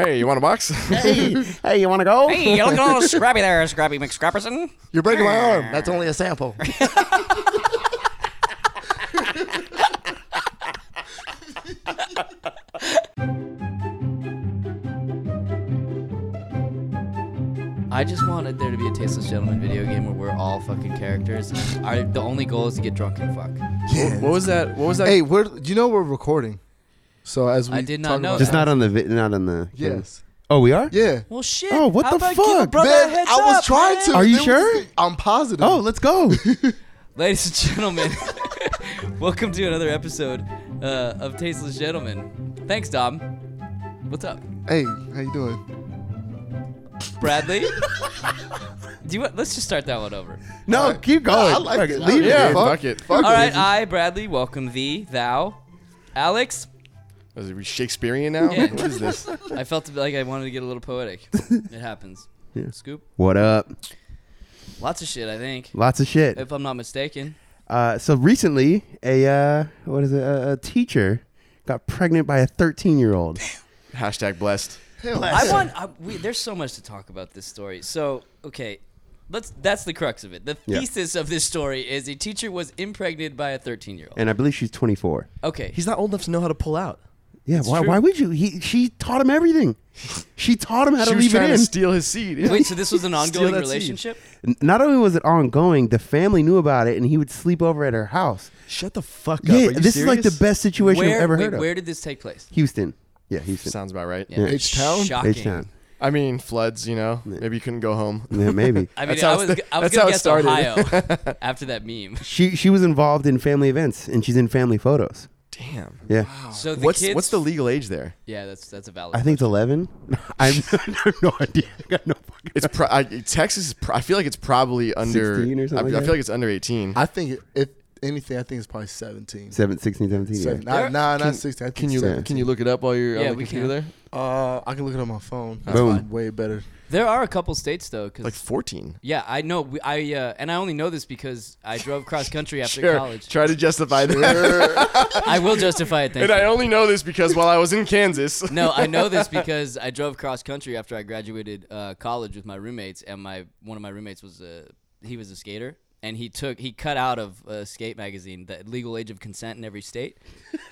Hey, you want a box? hey, hey, you want to go? Hey, you look all scrappy there, Scrappy McScrapperson. You're breaking my arm. That's only a sample. I just wanted there to be a Tasteless Gentleman video game where we're all fucking characters. Our, the only goal is to get drunk and fuck. What was that? What was that? Hey, we're you know we're recording, so as we I did not talk know about- that. Just not on the vi- not on the. Yes. Oh, we are. Yeah. Well, shit. Oh, what how the about fuck, give a brother a Man, heads I was up, trying man? to. Are you There sure? I'm positive. Oh, let's go. Ladies and gentlemen, welcome to another episode uh, of Tasteless Gentlemen. Thanks, Dom. What's up, hey, how you doing? Bradley? Do you want, let's just start that one over. no, keep going. I like Oh, Fuck it. it, Leave I like it. yeah, in. fuck it. Fuck All it. right, I, Bradley, welcome thee, thou, Alex. Is it Shakespearean now? Yeah. What is this? I felt like I wanted to get a little poetic. It happens. Scoop. What up? Lots of shit, I think, Lots of shit. if I'm not mistaken. Uh, so recently, a uh, what is it? A, a teacher got pregnant by a 13 year old. Hashtag blessed. I want. I, we, there's so much to talk about this story. So okay, let's. That's the crux of it. The Yeah. thesis of this story is a teacher was impregnated by a 13 year old. and I believe she's 24. Okay, He's not old enough to know how to pull out. Yeah, why, true. why would you? He she taught him everything. She taught him how She to was leave it trying in. to steal his seed. wait. So this was an ongoing that seed. relationship. N- Not only was it ongoing, the family knew about it, and he would sleep over at her house. Shut the fuck up. yeah, Are you this is like the serious? best situation Where, I've ever wait, heard of. where did this take place? Houston. Yeah, Houston. Sounds about right. Yeah. H-Town? Shocking. H-Town. I mean, floods, you know. Maybe you couldn't go home. Yeah, maybe. I mean, That's how I it was, sta- I was that's gonna how it guess started. Ohio after that meme. she she was involved in family events, and she's in family photos. Damn. Yeah. So the What's kids, what's the legal age there? Yeah, that's that's a valid. I think it's 11. I have no idea. I got no fucking It's pro- I, Texas. Is pro- I feel like it's probably under. 16 or something I, like I that? feel like it's under eighteen. I think if anything, I think it's probably 17. Seven, 16, 17. yeah. Seven. Nah, nah, not 16. I think can you 17. can you look it up while you're Yeah, on the we computer can. there? Uh, I can look it on my phone. That's Boom. probably way better. There are a couple states though, because Like fourteen. yeah, I know. We, I uh, and I only know this because I drove cross country after Sure. college. Try to justify that. I will justify it. and Thank you. I only know this because while I was in Kansas, No, I know this because I drove cross country after I graduated uh, college with my roommates, and my one of my roommates was a he was a skater, and he took he cut out of a skate magazine the legal age of consent in every state,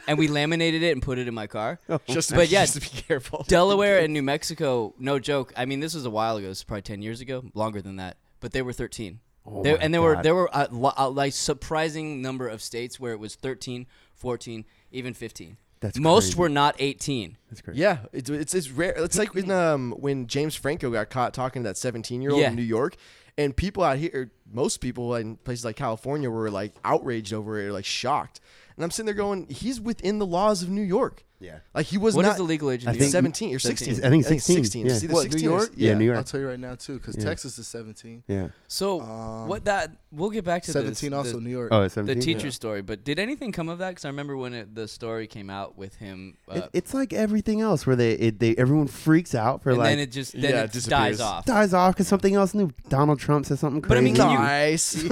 and we laminated it and put it in my car. just But yeah, just to be careful. Delaware and New Mexico, no joke. I mean, this was a while ago. This was probably ten years ago, longer than that. But they were thirteen. Oh They- and there were there were a, lo- a like surprising number of states where it was 13, 14, even fifteen. That's most crazy. were not eighteen. Yeah, it's, it's it's rare. It's like when um when James Franco got caught talking to that seventeen year old Yeah. in New York, and people out here, most people in places like California were like outraged over it, or like shocked. And I'm sitting there going, he's within the laws of New York. Yeah. like he was What is not the legal age in I New think- seventeen or sixteen. I think 16, yeah. It's either What, 16 New or- York? Yeah, New York. I'll tell you right now, too, because Texas is 17. Yeah. So um, what that we'll get back to this, 17 also, the, New York. Oh, it's the 17. teacher story. But did anything come of that? Because I remember when it, the story came out with him, uh, It- it's like everything else where they, it, they everyone freaks out for and like then it just then Yeah, it it dies disappears. off. dies off because something else new. Donald Trump says something crazy. But I mean, can you Nice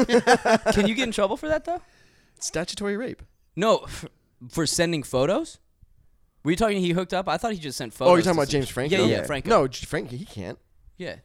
can you get in trouble for that though? statutory rape. No, f- for sending photos. Were you talking? He hooked up. I thought he just sent photos. Oh, you're talking to about some- James Franco? Yeah, yeah, Franco. No, Oh. J- Franco, he can't. Yeah.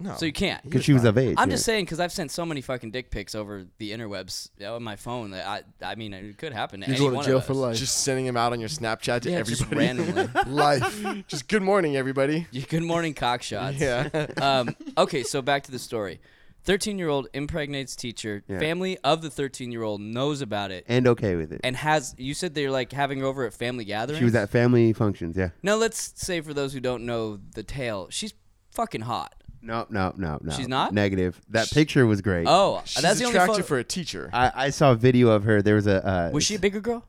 No. So you can't. because she was of age. I'm yeah. just saying because I've sent so many fucking dick pics over the interwebs uh, on my phone that I I mean it could happen to You're any going one to jail of us. for life. just sending him out on your Snapchat to Yeah, just everybody. randomly. life. just good morning, everybody. Yeah, Good morning, cockshots. Yeah. um, okay, so back to the story. 13 year old impregnates teacher. Yeah. Family of the 13 year old knows about it and okay with it. and has. You said they're like having her over at family gatherings? she was at family functions. Yeah. Now, let's say for those who don't know the tale, she's fucking hot. No, no, no, no. She's not? negative. That picture was great. Oh, She's that's the only attractive photo. for a teacher. I, I saw a video of her. There was a. Uh, Was she a bigger girl?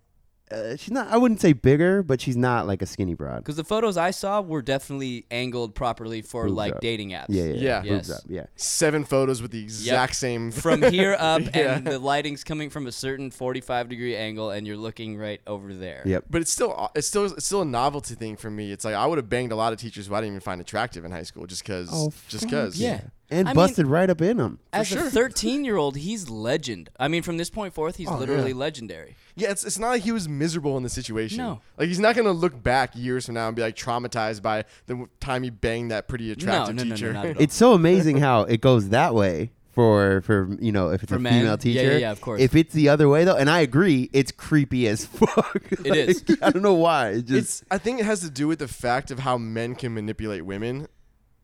Uh, she's not. I wouldn't say bigger, but she's not like a skinny broad. Because the photos I saw were definitely angled properly for Boobs like up. dating apps. Yeah, yeah, yeah. Yeah. Boobs Yes. up, yeah. Seven photos with the exact same From here up, Yeah. and the lighting's coming from a certain 45 degree angle, and you're looking right over there. Yep. But it's still uh, it's still it's still a novelty thing for me. It's like I would have banged a lot of teachers who I didn't even find attractive in high school just because Oh, just because Yeah. and I mean- busted right up in him. As a 13 year old, he's legend. I mean, from this point forth, he's literally legendary. Yeah, it's, it's not like he was miserable in the situation. No. Like, he's not going to look back years from now and be, like, traumatized by the w- time he banged that pretty attractive no, no, no, teacher. not at all. It's so amazing how it goes that way for for you know if it's For a men? female Yeah, teacher. yeah, yeah, of course. If it's the other way though, and I agree, it's creepy as fuck. It is. I don't know why. It just it's, I think it has to do with the fact of how men can manipulate women.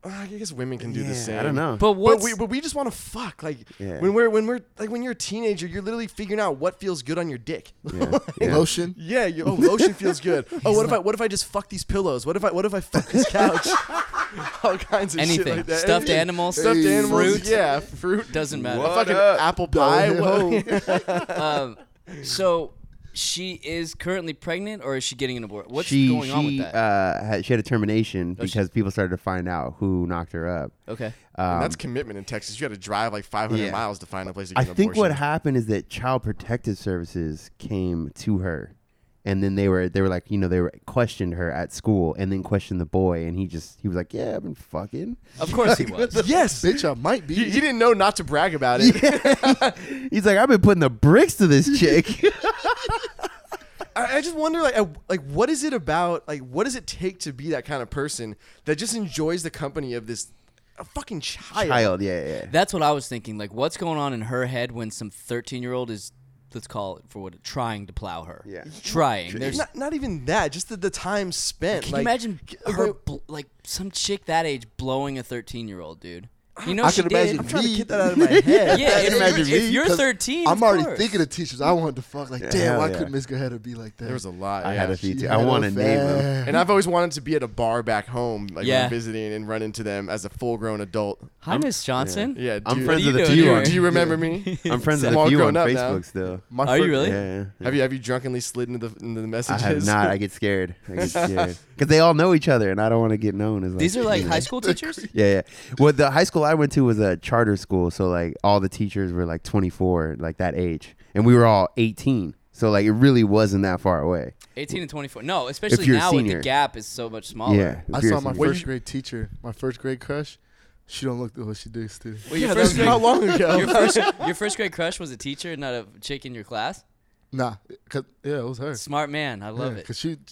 Uh, I guess women can do Yeah, the same. I don't know. But But what's we, but we just want to fuck. Like Yeah. when we're when we're like when you're a teenager, you're literally figuring out what feels good on your dick. yeah, yeah. Lotion. Yeah, you, oh, lotion feels good. Oh, what if I what if I just fuck these pillows? What if I what if I fuck this couch? All kinds of shit anything? like that. Stuffed Anything. animals, stuffed Hey. animals. fruit. Yeah, fruit. Doesn't matter. A fucking apple pie. What- Um, so she is currently pregnant, or is she getting an abortion? What's she going on with she, that? Uh, had, she had a termination Oh, she- because people started to find out who knocked her up. okay. Um, That's commitment in Texas. You got to drive like 500 Yeah. miles to find a place to get I an think abortion. what happened is that Child Protective Services came to her, and then they were they were like you know they were questioned her at school, and then questioned the boy, and he just he was like yeah I've been fucking. Of course he was. Yes, Bitch, I might he, he be. didn't know not to brag about it. He's like I've been putting the bricks to this chick. I, I just wonder like I, like what is it about like what does it take to be that kind of person that just enjoys the company of this a fucking child? Child, yeah, yeah, yeah. That's what I was thinking. Like, what's going on in her head when some 13 year old is, let's call it for what, trying to plow her? Yeah. Trying. There's, Not, not even that, just the, the time spent. can like, you imagine her, wait, bl- like, some chick that age blowing a 13 year old dude? You know, I she can did. imagine I'm trying to me- get that out of my head. Yeah, if, imagine if me, you're 'cause 13, I'm of already course. thinking of teachers. I wanted to fuck. Like, damn, hell why yeah. couldn't Miss Gahetta be like that? There was a lot. I yeah. had a few She too. had I want to name him. fat- and I've always wanted to be at a bar back home, like Yeah. when visiting, and run into them as a full grown adult. Hi, Miss Johnson. Yeah, dude. I'm What are friends you with a doing few. here? On, do you remember me? I'm friends I'm with all a few grown on up Facebook now. still. My Are you fir- really? Yeah, yeah. Have you have you drunkenly slid into the into the I messages? have not. I get scared. I get scared because they all know each other, and I don't want to get known as. Like, These are like you know. high school teachers? Yeah, yeah. Well, the high school I went to was a charter school, so like all the teachers were like 24, like that age, and we were all 18. So like it really wasn't that far away. 18 and 24. No, especially you're a now with senior. the gap is so much smaller. Yeah, I Fear saw is my in- first grade teacher, my first grade crush. She don't look the way she does too. Well, your, first grade, How long ago? your, first, your first grade crush was a teacher, not a chick in your class? Nah, 'cause- yeah, it was her. Smart man. I love it. Cause she,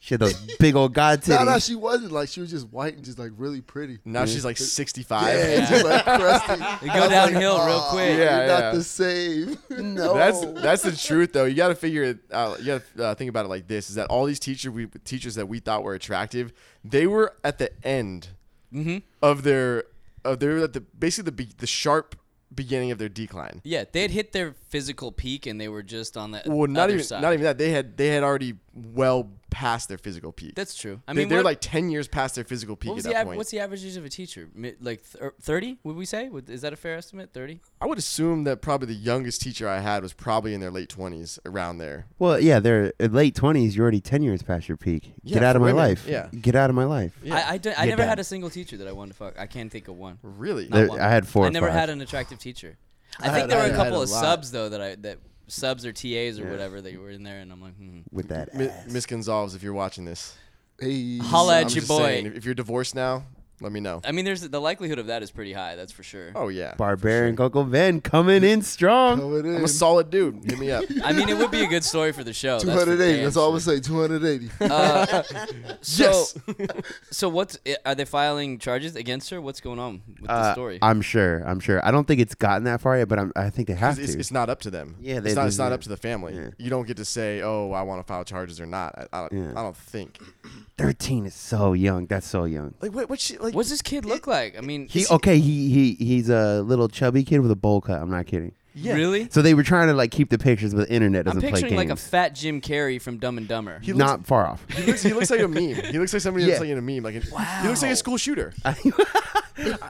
She had those big old god nah, titties. nah, she wasn't like she was just white and just like really pretty. now she's like 65. Yeah, just like crusty. You I go was like, downhill real "Aw, quick. Yeah, you're yeah. not the same. no, That's Oh. that's the truth though. You got to figure it out. You got to uh, think about it like this: is that all these teacher we teachers that we thought were attractive, they were at the end Mm-hmm. of their of their at the basically the be- the sharp beginning of their decline. Yeah, they had hit their physical peak and they were just on the Well, not other even side. not even that. They had they had already well past their physical peak. That's true. I I mean, mean, they, are what- like ten years past their physical peak what at was that the av- point. what's the average age of a teacher? Mid, like er, thirty? Would we say? Would, is that a fair estimate? Thirty? I would assume that probably the youngest teacher I had was probably in their late twenties, around there. well, yeah, they're in late 20s. You're already 10 years past your peak. Yeah, Get out of for my women, life. yeah. Get out of my life. Yeah. I I, don't- I Get never down. had a single teacher that I wanted to fuck. I can't think of one. Really? There- one. I had four. I or never five. had an attractive teacher. I, I think had- there I were a had- I had couple a of lot. subs though that I that subs or TAs or whatever that were in there, and I'm like, hmm. with that. Mi- ass. Miss Gonzalez, if you're watching this, hey, holla I'm at your just boy. saying, if you're divorced now, let me know. I mean, there's the likelihood of that is pretty high. That's for sure. Oh yeah, Barbarian Coco Van coming in strong. Coming in. I'm a solid dude. Hit me up. I mean, it would be a good story for the show. for 280. damn That's all I'm sure. gonna say. 280. Uh, so, Yes. so what's i- are they filing charges against her? What's going on with the Uh, story? I'm sure. I'm sure. I don't think it's gotten that far yet, but I'm, I think they have to. It's, it's not up to them. Yeah, they it's not. It's do not that. up to the family. Yeah. You don't get to say, "Oh, I want to file charges or not." I, I, Yeah. I don't think. 13 is so young. That's so young. Like, what? What? She, like, What's this kid look like? I mean, He okay. He he he's a little chubby kid with a bowl cut. I'm not kidding. really? So they were trying to like keep the pictures, but the internet I'm doesn't play games. picturing like a fat Jim Carrey from Dumb and Dumber. he looks, not far off. He looks, he looks like a meme. He looks like somebody Yeah. that's like in a meme. Like, an, he looks like a school shooter.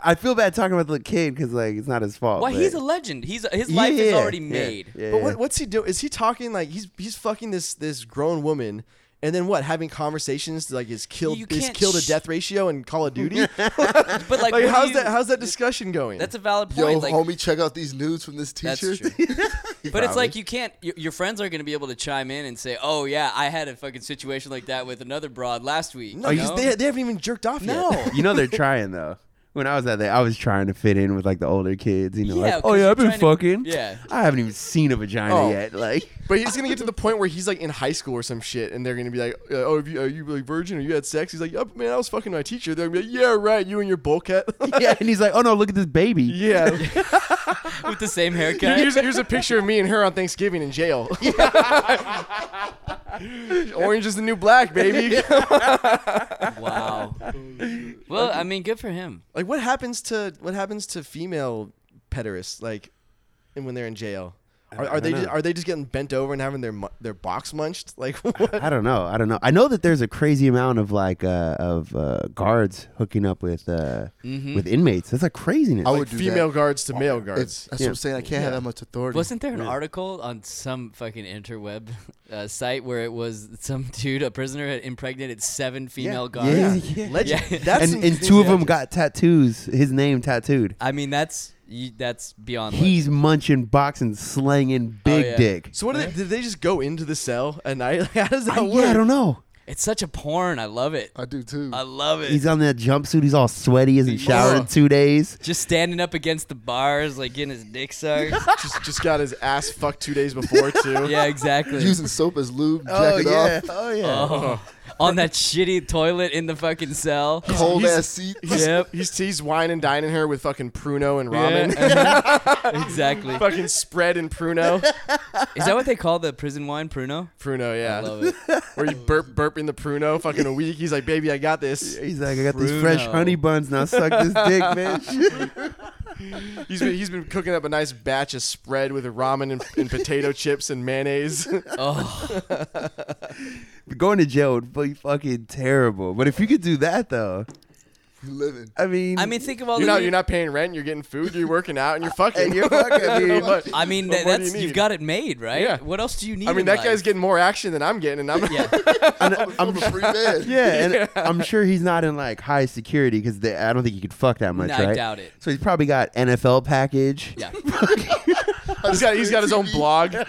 I feel bad talking about the kid because like it's not his fault. Why but- he's a legend. He's his life is Yeah, already yeah, made. yeah, But yeah. what, what's he doing? Is he talking like he's he's fucking this this grown woman? And then what? Having conversations like is killed You is can't kill to sh- death ratio in Call of Duty. But like, like what do how's you- that? How's that discussion going? That's a valid Yo, point. like, homie, check out these nudes from this that's teacher. true. but it's like you can't. Your, your friends aren't going to be able to chime in and say, "Oh yeah, I had a fucking situation like that with another broad last week." no, you because know? they, they haven't even jerked off yet. no. you know they're trying though. when I was at that, I was trying to fit in with like the older kids, you know, Yeah, like, oh 'cause yeah, you're I've been trying to- fucking, yeah. I haven't even seen a vagina Oh. yet, like, But he's gonna get to the point where he's like in high school or some shit, and they're gonna be like, uh, "Oh, have you, are you like virgin? Or you had sex?" He's like, "Yup, man, I was fucking my teacher." They're gonna be like, "Yeah, right, you and your bulkhead." yeah, and he's like, oh no, look at this baby, yeah. with the same haircut. here's, here's a picture of me and her on Thanksgiving in jail. Orange is the new black, baby. Wow. Well, I mean, good for him. like, what happens to what happens to female pederasts like, and when they're in jail? Are, are they just, are they just getting bent over and having their mu- their box munched? Like what? I don't know. I don't know. I know that there's a crazy amount of like uh, of uh, guards hooking up with uh, Mm-hmm. with inmates. That's like craziness. I Like, would do Female that. guards to male It's, guards. that's what I'm saying. I can't have that much authority. Wasn't there an article on some fucking interweb uh, site where it was some dude, a prisoner, had impregnated seven female guards? yeah, yeah. Legend. Yeah. That's and, and two of them got tattoos. His name tattooed. I mean, that's you, that's beyond. He's munching, boxing, slanging big Oh, yeah. dick. So what did they, did they just go into the cell at night? Like, how does that I, work? yeah, I don't know. legend. it's such a porn. I love it. I do too. I love it. He's on that jumpsuit. He's all sweaty. Hasn't showered in two days. Just standing up against the bars, like getting his dick sucked. just, just got his ass fucked two days before too. yeah, exactly. Using soap as lube, jacket off, Oh yeah. Oh. on that shitty toilet in the fucking cell. cold he's- ass seat. He's, Yep. he's he's wine and dining her with fucking pruno and ramen. Yeah, uh-huh. exactly. fucking spread and pruno. Is that what they call the prison wine, Pruno? Pruno, I yeah. love it. Where you burp burp in the pruno fucking a week. He's like, baby, I got this. He's like, I got these fresh Bruno. honey buns. Now suck this dick, bitch. He's been he's been cooking up a nice batch of spread with ramen and, and potato chips and mayonnaise. Oh, Going to jail would be fucking terrible. But if you could do that though, You living. I mean, I mean, think of all You're the. not you're not paying rent. You're getting food. You're working out and you're fucking. and you're fucking. I mean, But- I mean, What that, more do that's you need? you have got it made, right? Yeah. What else do you need? I mean, in that life? guy's getting more action than I'm getting, and I'm Yeah. I'm, I'm a free man. uh, Yeah, and I'm sure he's not in like high security because I don't think you could fuck that much, No, right? I doubt it. So he's probably got NFL package. Yeah. He's got he's got his own blog.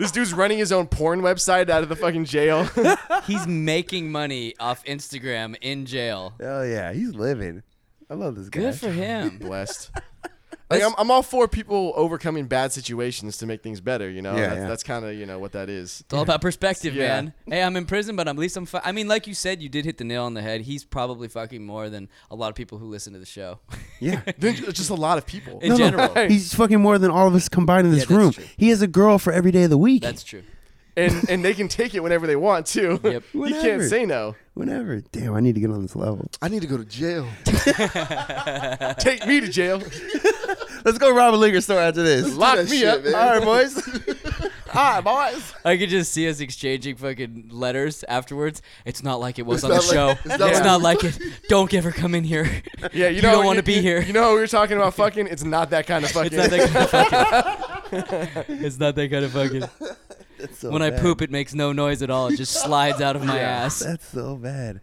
This dude's running his own porn website out of the fucking jail. He's making money off Instagram in jail. Hell Oh, yeah, he's living. I love this guy. Good for him. Blessed. Like, I'm, I'm all for people overcoming bad situations to make things better. You know, Yeah, that's, yeah. that's kind of you know what that is. It's all about perspective, Yeah. man. Hey, I'm in prison, but I'm at least I'm. Fi- I mean, like you said, you did hit the nail on the head. He's probably fucking more than a lot of people who listen to the show. Yeah. There's ju- just a lot of people. In general, He's fucking more than all of us combined in this that's room. true. He has a girl for every day of the week. that's true. and and they can take it whenever they want to. Yep. you can't Whatever. say no. Whenever. Damn, I need to get on this level. I need to go to jail. Take me to jail. Let's go rob a liquor store after this. Lock that me shit, up. man. All right, boys. All right, boys. I could just see us exchanging fucking letters afterwards. It's not like it was It's on the not show. like- it's it's not, not like- like it. Don't ever come in here. Yeah, you, You know don't wanna you- be you- here. You know what we were talking about? Fucking. It's not that kind of fucking. It's not that kind of fucking. it's not that kind of fucking. Oh, That's so when I bad. poop, it makes no noise at all. It just slides out of my ass. That's so bad.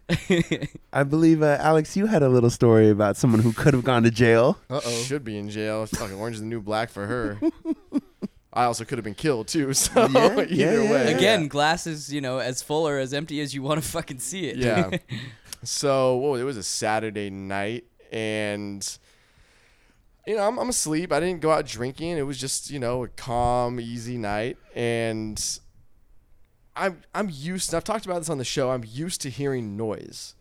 I believe, uh, Alex, you had a little story about someone who could have gone to jail. Uh oh. Should be in jail. Fucking orange is the new black for her. I also could have been killed too. So Yeah, either yeah, yeah, way. yeah. Again, glass is you know as full or as empty as you want to fucking see it. Yeah. so whoa, it was a Saturday night, and you know I'm, I'm asleep. I didn't go out drinking. It was just you know a calm, easy night, and I'm I'm used. And I've talked about this on the show. I'm used to hearing noise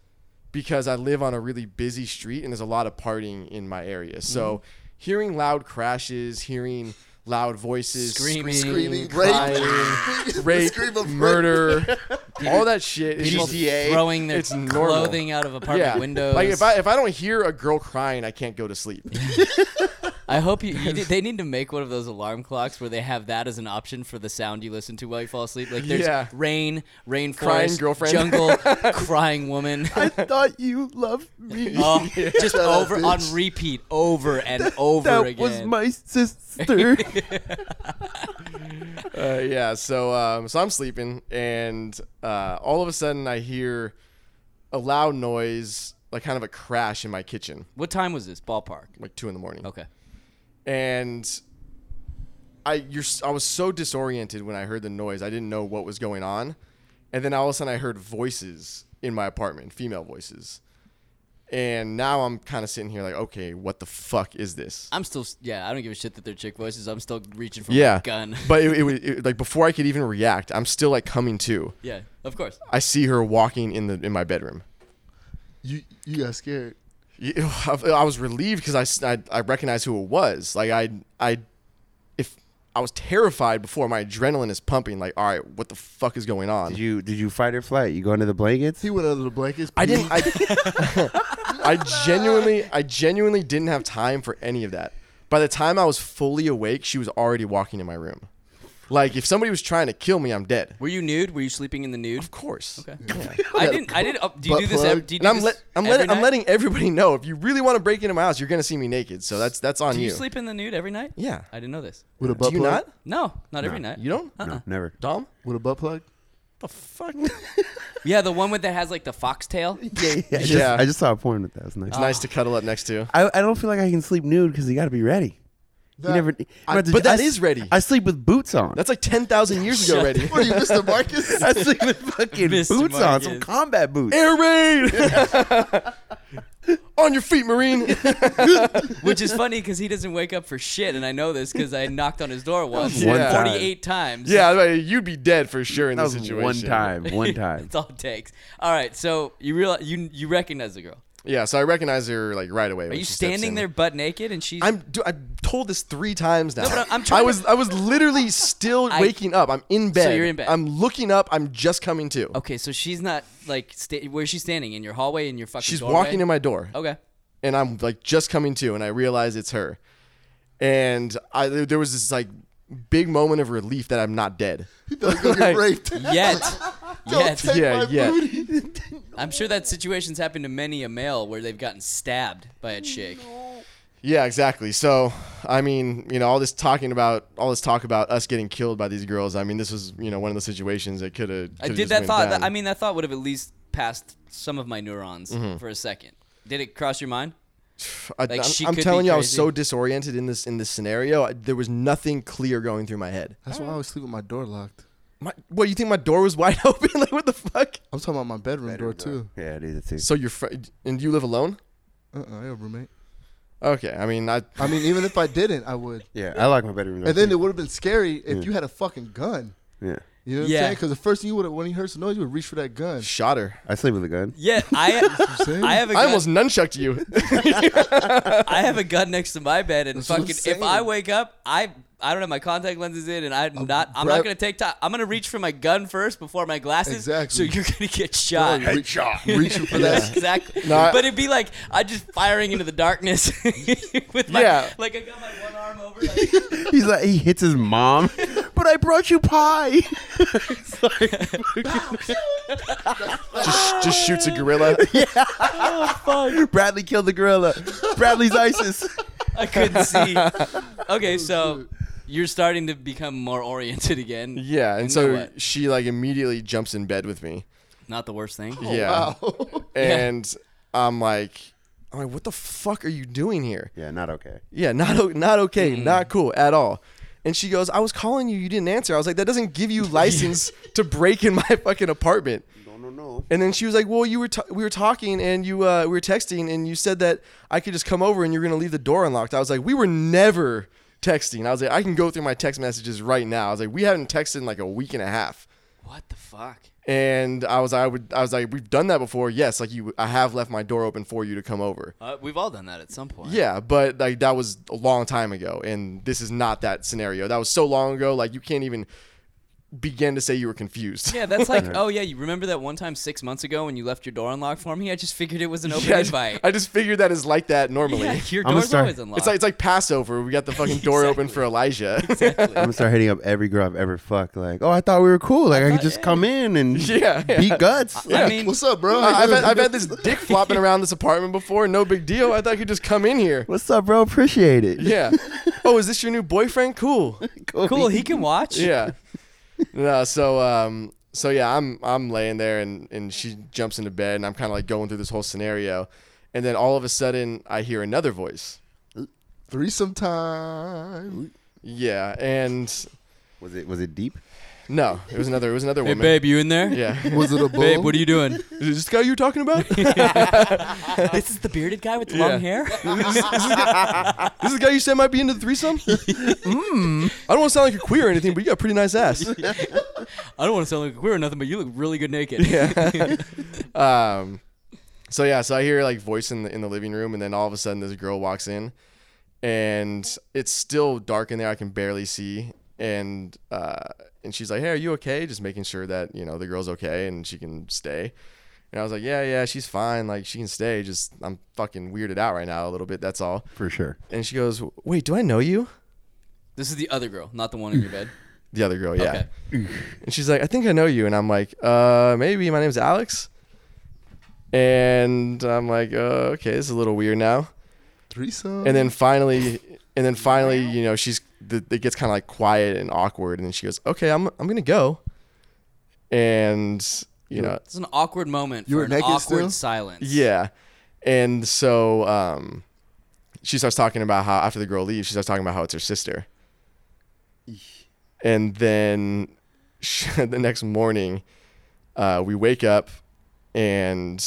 because I live on a really busy street and there's a lot of partying in my area. Mm-hmm. So hearing loud crashes, hearing loud voices, Screaming. Screaming, Crying. rape, rape, scream of murder, all that shit. is People just- throwing their It's normal. clothing out of apartment windows. Like if I if I don't hear a girl crying, I can't go to sleep. I hope you, you. They need to make one of those alarm clocks where they have that as an option for the sound you listen to while you fall asleep. Like there's Yeah. rain, rainforest, Crying girlfriend. jungle, crying woman. I thought you loved me. Oh, just Shut up, over on bitch. repeat, over and over that again. was my sister. uh, yeah, so um, so I'm sleeping, and uh, all of a sudden I hear a loud noise, like kind of a crash in my kitchen, what time was this? Ballpark. like two in the morning. Okay. and I you're I was so disoriented when I heard the noise. I didn't know what was going on, and then all of a sudden I heard voices in my apartment, female voices, And now I'm kind of sitting here like, okay, what the fuck is this? I'm still, yeah, I don't give a shit that they're chick voices. I'm still reaching for yeah, my gun. but it, it, was- it like before I could even react, I'm still like coming to. yeah, of course. I see her walking in the in my bedroom. You you got scared. You- I I was relieved because I, s- I I recognized who it was. Like I I if I was terrified before, my adrenaline is pumping. Like, all right, what the fuck is going on? Did you did you fight or flight? You go under the blankets? He went under the blankets. I didn't. I, I genuinely, I genuinely didn't have time for any of that. By the time I was fully awake, she was already walking in my room. Like if somebody was trying to kill me, I'm dead. Were you nude? Were you sleeping in the nude? Of course. Okay. I didn't. I didn't. Uh, do you Butt do this? plug. Ev- do you And do I'm this let, I'm every letting I'm night? letting everybody know if you really want to break into my house, you're gonna see me naked. So that's that's on Do you you. sleep in the nude every night? Yeah. I didn't know this. with a Do butt you not? plug. No, not every night. Uh-uh. You don't? No, never. Dom? With a butt plug. The fuck? Yeah, the one with that has like the foxtail. Yeah, yeah. I, just, Yeah. I just saw a porn with that. It was nice. It's nice to cuddle up next to. I, I don't feel like I can sleep nude because you got to be ready. That- you never. you I- have to- but that I s- is ready. I sleep with boots on. That's like ten thousand years ago already. What are you, Mr. Marcus? I sleep with fucking Mr. boots on, some Marcus. combat boots. Air raid. on your feet, Marine. Which is funny because he doesn't wake up for shit, and I know this because I knocked on his door once, One time. 48 times. Yeah, I mean, you'd be dead for sure in That this was situation. one time. One time. That's all it takes. All right, so you realize you you recognize the girl. Yeah, so I recognize her like right away. Are you standing there butt naked and she's? I'm. Dude, I've told this three times now. but I'm- I'm I trying was. I was literally still I- waking up. I'm in bed. you're in bed. I'm looking up. I'm just coming to. okay, so she's not like sta- where's she standing in your hallway in your fucking. She's doorway? walking in my door, Okay. and I'm like just coming to, and I realize it's her. And I there there was this like big moment of relief that I'm not dead. He thought he was gonna get raped. Yet. Yet. Take yeah, my yeah. booty. I'm sure that situation's happened to many a male where they've gotten stabbed by a chick. Yeah, exactly. So, I mean, you know, all this talking about all this talk about us getting killed by these girls. I mean, this was you know one of those situations that could have. I did that thought. That, I mean, that thought would have at least passed some of my neurons Mm-hmm. for a second. Did it cross your mind? I, like, am she I'm could be telling you, I was crazy. so disoriented in this in this scenario. I, there was nothing clear going through my head. That's why I always sleep with my door locked. My, what you think? My door was wide open. like what the fuck? I'm talking about my bedroom door too. Yeah, I do that too. So you're fr- and you live alone? Uh, uh I have a roommate. Okay. I mean, I I mean, even if I didn't, I would. Yeah, I like my bedroom. And then it would have been scary if you had a fucking gun. yeah, You know what Yeah. I'm saying? Because the first thing you would have, when he heard some noise, you would reach for that gun. shot her. I sleep with a gun. Yeah, I saying? I have a I gun, almost nunchucked you. I have a gun next to my bed and what I'm fucking if I saying. wake up, I I don't have my contact lenses in and I'm not I'm not grab- gonna take time. I'm gonna reach for my gun first before my glasses. So Exactly. you're gonna get shot. Bro, reach- Reaching for that. exactly. No, I- but it'd be like I just firing into the darkness with my Yeah. like I got my one arm over. Like, He's like, he hits his mom. but I brought you pie. just, just shoots a gorilla. Oh, Bradley killed the gorilla. Bradley's ISIS. I couldn't see. Okay, Oh, so you're starting to become more oriented again. Yeah, and, And so then what? she like immediately jumps in bed with me. Not the worst thing. yeah. and I'm like, I'm like, what the fuck are you doing here? Yeah, not okay. Yeah, not o- not okay, not cool at all. And she goes, I was calling you, you didn't answer. I was like, that doesn't give you license to break in my fucking apartment. No, no, no. And then she was like, well, you were t- we were talking and you uh, we were texting and you said that I could just come over and you're gonna leave the door unlocked. I was like, we were never texting. I was like, I can go through my text messages right now. I was like, we haven't texted in like a week and a half. Oh, What the fuck? And I was I would I was like, we've done that before. Yes, like you, I have left my door open for you to come over. Uh, we've all done that at some point. Yeah, but like that was a long time ago, and this is not that scenario. That was so long ago, like you can't even begin to say you were confused. Yeah, that's like, oh yeah, you remember that one time six months ago when you left your door unlocked for me? I just figured it was an open Yeah, I, just, invite. I just figured that is like that normally. yeah, your I'ma door's start- always unlocked. It's like it's like Passover. We got the fucking door open for Elijah. I'm gonna start hitting up every girl I've ever fucked. Like, oh, I thought we were cool. Like, I, could just come in and Yeah, yeah. beat guts. I mean, What's up, bro? I- I've, had, I've had this dick flopping around this apartment before. No big deal. I thought I could just come in here. What's up, bro? Appreciate it. Yeah. Oh, is this your new boyfriend? Cool. cool, he can watch. Yeah. No. So um. So yeah, I'm I'm laying there and and she jumps into bed and I'm kind of like going through this whole scenario, and then all of a sudden I hear another voice. Threesome time. Yeah, and Was it was it deep? No, it was another. It was another Hey, woman. babe, you in there? Yeah. Was it a bull? Babe, what are you doing? Is this the guy you were talking about? this, is this is the bearded guy with the long hair. the guy you said might be into the threesome. mm. I don't want to sound like you're queer or anything, but you got a pretty nice ass. I don't want to sound like queer or nothing, but you look really good naked. Um, so yeah, so I hear like voice in the in the living room, and then all of a sudden this girl walks in, and it's still dark in there. I can barely see, and uh, and she's like, "Hey, are you okay?" Just making sure that you know the girl's okay and she can stay. And I was like, "Yeah, yeah, she's fine. Like she can stay. Just I'm fucking weirded out right now a little bit. That's all." for sure. And she goes, "Wait, do I know you?" This is the other girl, not the one in your bed. The other girl, yeah. Okay. And she's like, I think I know you. And I'm like, uh, maybe. My name's Alex. And I'm like, uh, okay, this is a little weird now. Threesome. And then finally, and then finally, you know, she's, the, it gets kind of like quiet and awkward. And then she goes, okay, I'm, I'm going to go. And, you know, It's an awkward moment You for were an naked awkward still? silence. yeah. And so, um, she starts talking about how after the girl leaves, she starts talking about how it's her sister. And then she, the next morning, uh, we wake up and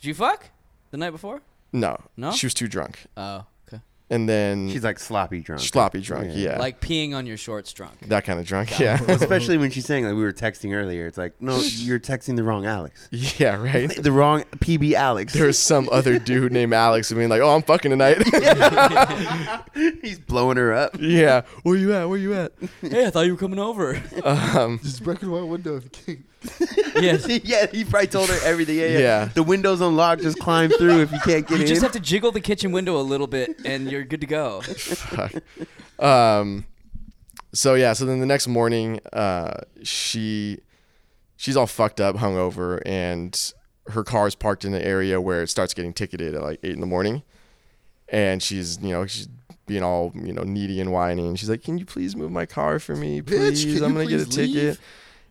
Did you fuck the night before? no, No? she was too drunk. Oh, okay. And then She's like sloppy drunk. sloppy drunk. Yeah. Like peeing on your shorts drunk. that kind of drunk. Yeah. Especially when she's saying like we were texting earlier. It's like, no, you're texting the wrong Alex. yeah. Right. The wrong PB Alex. There was some other dude named Alex being like, oh, I'm fucking tonight. He's blowing her up. yeah. Where you at? Where you at? Um, hey, I thought you were coming over. Just breaking my window. yes. yeah, he probably told her everything. Yeah, yeah. Yeah. The window's unlocked. Just climb through if you can't get You in. just have to jiggle the kitchen window a little bit and you're good to go. Fuck. Um, so yeah, so then the next morning, uh, she she's all fucked up, hungover, and her car's parked in the area where it starts getting ticketed at like eight in the morning, and she's you know she's being all you know needy and whiny, and she's like, "Can you please move my car for me, please? can I'm you gonna get a please ticket." leave?"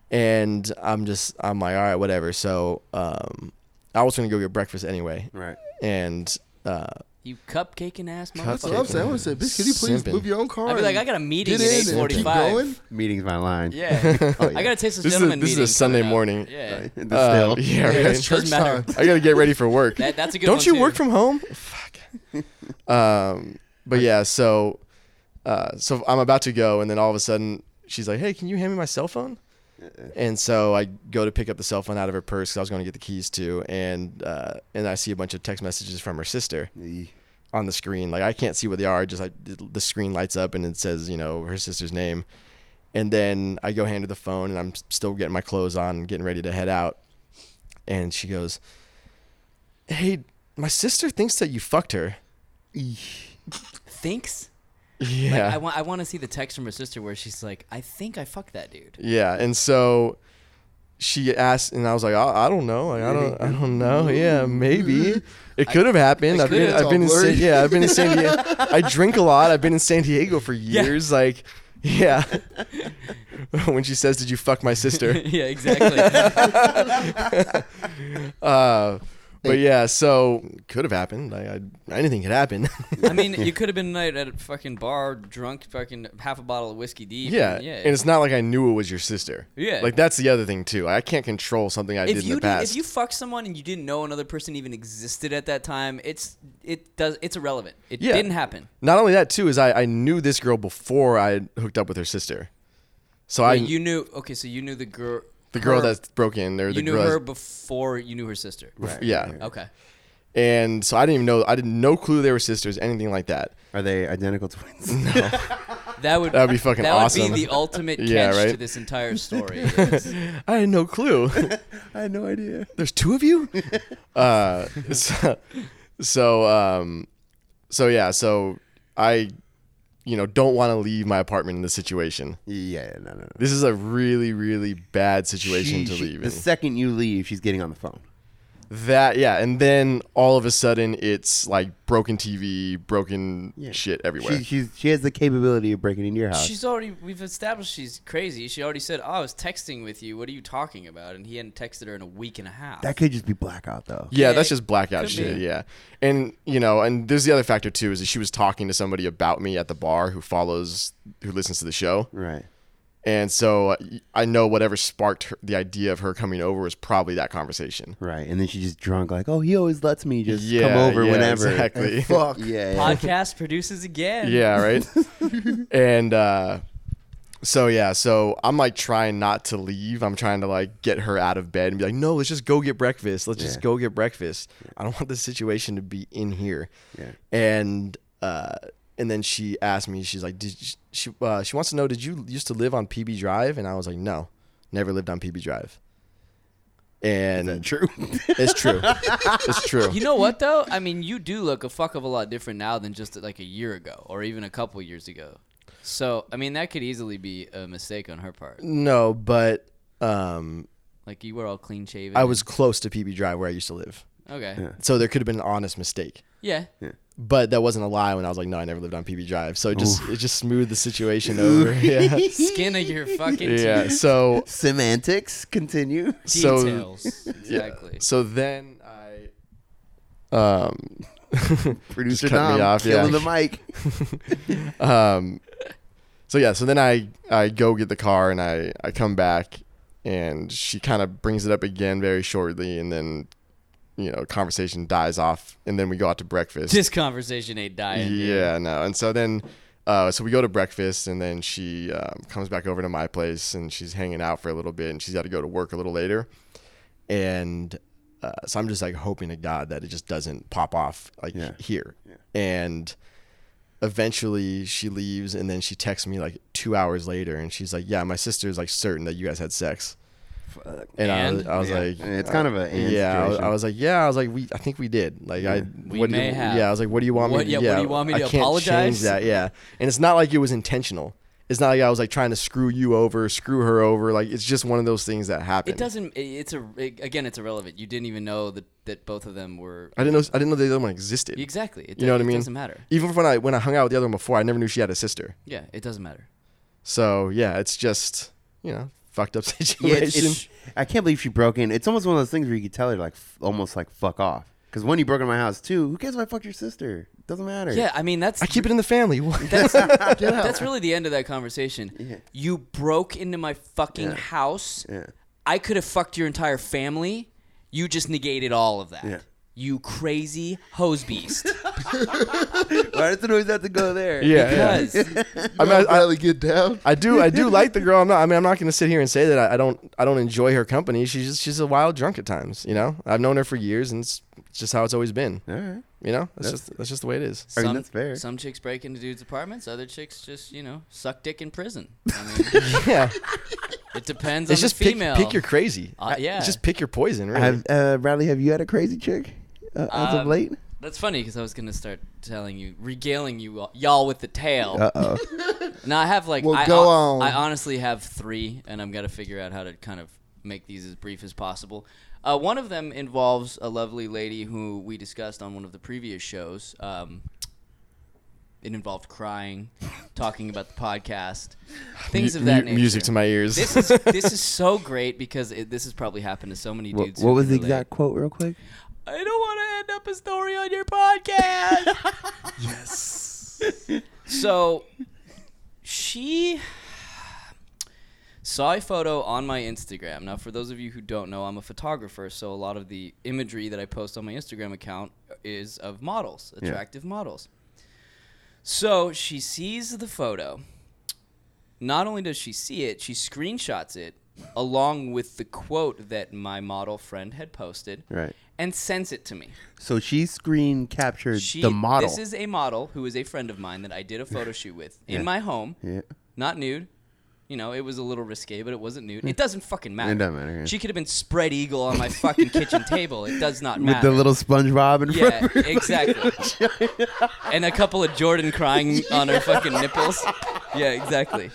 And I'm just I'm like, all right, whatever. So um, I was gonna go get breakfast anyway, right. and uh, You cupcaking ass That's what I'm motherfucker. saying. I want to say, bitch, can you please Simping. move your own car? I'd be like, and I got a meeting get at in and keep 8:45. going? Meeting's my line. Yeah. Oh, I yeah. got to taste this This is a- gentleman this is a meeting Sunday coming up. morning. Yeah. The uh, still. yeah, Yeah, right. it's church Doesn't matter. time. I gotta get ready for work. That, that's a good one. Don't you too. work from home? Fuck. um, but yeah, so uh, so I'm about to go, and then all of a sudden she's like, "Hey, can you hand me my cell phone?" Uh-uh. And so I go to pick up the cell phone out of her purse 'cause I was going to get the keys too, and uh, and I see a bunch of text messages from her sister Eeh. on the screen. Like I can't see what they are. Just like the the screen lights up and it says, you know, her sister's name. And then I go hand her the phone and I'm still getting my clothes on, getting ready to head out. And she goes, "Hey, my sister thinks that you fucked her." Thinks? Like, Yeah. I want I want to see the text from her sister where she's like, I think I fucked that dude. yeah. And so she asked, and I was like, I, I don't know. Like, I don't. I don't know. Yeah, maybe it could have happened. I've been. could've. I've been in. It's all San, blurry. yeah, I've been in San Diego. I drink a lot. I've been in San Diego for years. Like, yeah. when she says, "Did you fuck my sister?" yeah, exactly. Uh, but yeah, so could have happened. I, I, anything could happen. I mean, you could have been tonight at a fucking bar, drunk, fucking half a bottle of whiskey deep. yeah. and yeah. and it's not like I knew it was your sister. Yeah. like that's the other thing too. I can't control something I did if in the you did, past. if you fuck someone and you didn't know another person even existed at that time, it's it does it's irrelevant. It Yeah. didn't happen. not only that too is I, I knew this girl before I hooked up with her sister, so I Wait, you knew okay, so you knew the girl, the girl her- that's broken or the you knew girl her that's- before you knew her sister. Right. yeah, Okay. and so I didn't even know I didn't no clue they were sisters anything like that. Are they identical twins? That would That'd be fucking that awesome. would be the ultimate catch Yeah, right? to this entire story. I had no clue. I had no idea. There's two of you. uh, so, so um, so yeah, so I, you know, don't want to leave my apartment in this situation. Yeah, no, no, no. This is a really, really bad situation She- to she- leave The in. second you leave, she's getting on the phone. That yeah, and then all of a sudden it's like broken TV, broken shit everywhere. She, she's, she has the capability of breaking into your house. she's already we've established she's crazy. She already said, oh, I was texting with you. What are you talking about? And he hadn't texted her in a week and a half. that could just be blackout, though. yeah, Yeah, that's it just blackout could shit. be. Yeah, and you know, and there's the other factor too is that she was talking to somebody about me at the bar who follows, who listens to the show, Right. And so uh, I know whatever sparked her, the idea of her coming over was probably that conversation. Right, and then she's just drunk, like, oh, he always lets me just Yeah, come over yeah, whenever. Exactly. Fuck. Yeah, yeah. Podcast produces again. yeah, right. and uh, so yeah, so I'm like trying not to leave. I'm trying to like get her out of bed and be like, no, let's just go get breakfast. Let's just Yeah. go get breakfast. I don't want this situation to be in here. Yeah. And uh, and then she asked me. She's like, did you- she? Uh, she wants to know, did you used to live on PB Drive? And I was like, no, never lived on PB Drive. And True. it's true. it's true. You know what though? I mean, you do look a fuck of a lot different now than just like a year ago or even a couple years ago. So, I mean, that could easily be a mistake on her part. No, but um, Like you were all clean shaven. I was close to PB Drive where I used to live. okay. So there could have been an honest mistake. Yeah. But that wasn't a lie when I was like, no, I never lived on PB Drive. So it just it just smoothed the situation over. Yeah. Skin of your fucking yeah. So Semantics. Continue. so details. exactly. so then I um Producer cut me Dom off, killing yeah. the mic. um so yeah, so then I I go get the car and I I come back and she kind of brings it up again very shortly and then you know, conversation dies off and then we go out to breakfast. This conversation ain't dying. dude. Yeah, no. And so then, uh, so we go to breakfast, and then she um, comes back over to my place, and she's hanging out for a little bit, and she's got to go to work a little later, and uh, so I'm just like hoping to God that it just doesn't pop off like Yeah. here, and eventually she leaves, and then she texts me like two hours later, and she's like, "Yeah, my sister's like certain that you guys had sex," and, I was, And? I was Yeah. like, uh, It's kind of a and yeah, I was, situation. I was like, yeah, I was like, we, I think we did. Like, I, We what do you- may have. Yeah, I was like, what do you want What- me? yeah, to what do you want me I to can't change apologize? That, yeah, and it's not like it was intentional. It's not like I was like trying to screw you over, screw her over. Like, it's just one of those things that happened. It doesn't. i- It's a it- again. It's irrelevant. You didn't even know that that both of them were I didn't know. I didn't know the other one existed. exactly. It, You know what I it mean? Doesn't matter. Even when I when I hung out with the other one before, I never knew she had a sister. Yeah, it doesn't matter. So yeah, it's just you know fucked up situation. Yeah, it's, it's- I can't believe she broke in. It's almost one of those things where you could tell her like f- almost like fuck off. Because when you broke into my house too, who cares if I fucked your sister? Doesn't matter. Yeah, I mean that's I keep it in the family. What? that's that's really the end of that conversation. You broke into my fucking house. Yeah. I could have fucked your entire family. You just negated all of that. Yeah. You crazy hose beast. Why does it always have to go there? yeah, yeah. Because I mean, I, I, Barely get down. I do, I do like the girl. I'm not. I mean, I'm not going to sit here and say that I, I don't. I don't enjoy her company. She's just, she's a wild drunk at times. You know, I've known her for years, and it's just how it's always been. All right. You know, that's, just that's just the way it is. I mean, some- that's fair. Some chicks break into dudes' apartments. Other chicks just you know suck dick in prison. I mean, Yeah, it depends it's on just the pick, female. pick your crazy. Uh, yeah. it's just pick your poison. Really. Have, uh, Bradley, have you had a crazy chick uh, as of Um, late? That's funny because I was gonna start telling you, regaling you all, y'all with the tale. Uh oh. now I have like, Well, I, go hon- on. I honestly have three, and I'm gonna figure out how to kind of make these as brief as possible. Uh, one of them involves a lovely lady who we discussed on one of the previous shows. Um, it involved crying, talking about the podcast, things Mu- of that mu- nature. Music to my ears. this is this is so great because it, this has probably happened to so many what dudes. who what was can the relate. exact quote, real quick? I don't want to end up a story on your podcast. yes. So she saw a photo on my Instagram. Now, for those of you who don't know, I'm a photographer, so a lot of the imagery that I post on my Instagram account is of models, attractive models. So she sees the photo. Not only does she see it, she screenshots it along with the quote that my model friend had posted Right. and sends it to me. So she screen captured She, the model. This is a model who is a friend of mine that I did a photo shoot with in Yeah. my home. yeah. Not nude. You know, it was a little risque, but it wasn't nude. It doesn't fucking matter. doesn't matter, yeah. She could have been spread eagle on my fucking kitchen table. It does not With matter. the little SpongeBob in front. yeah, exactly. and a couple of Jordan crying on her fucking nipples. Yeah, exactly.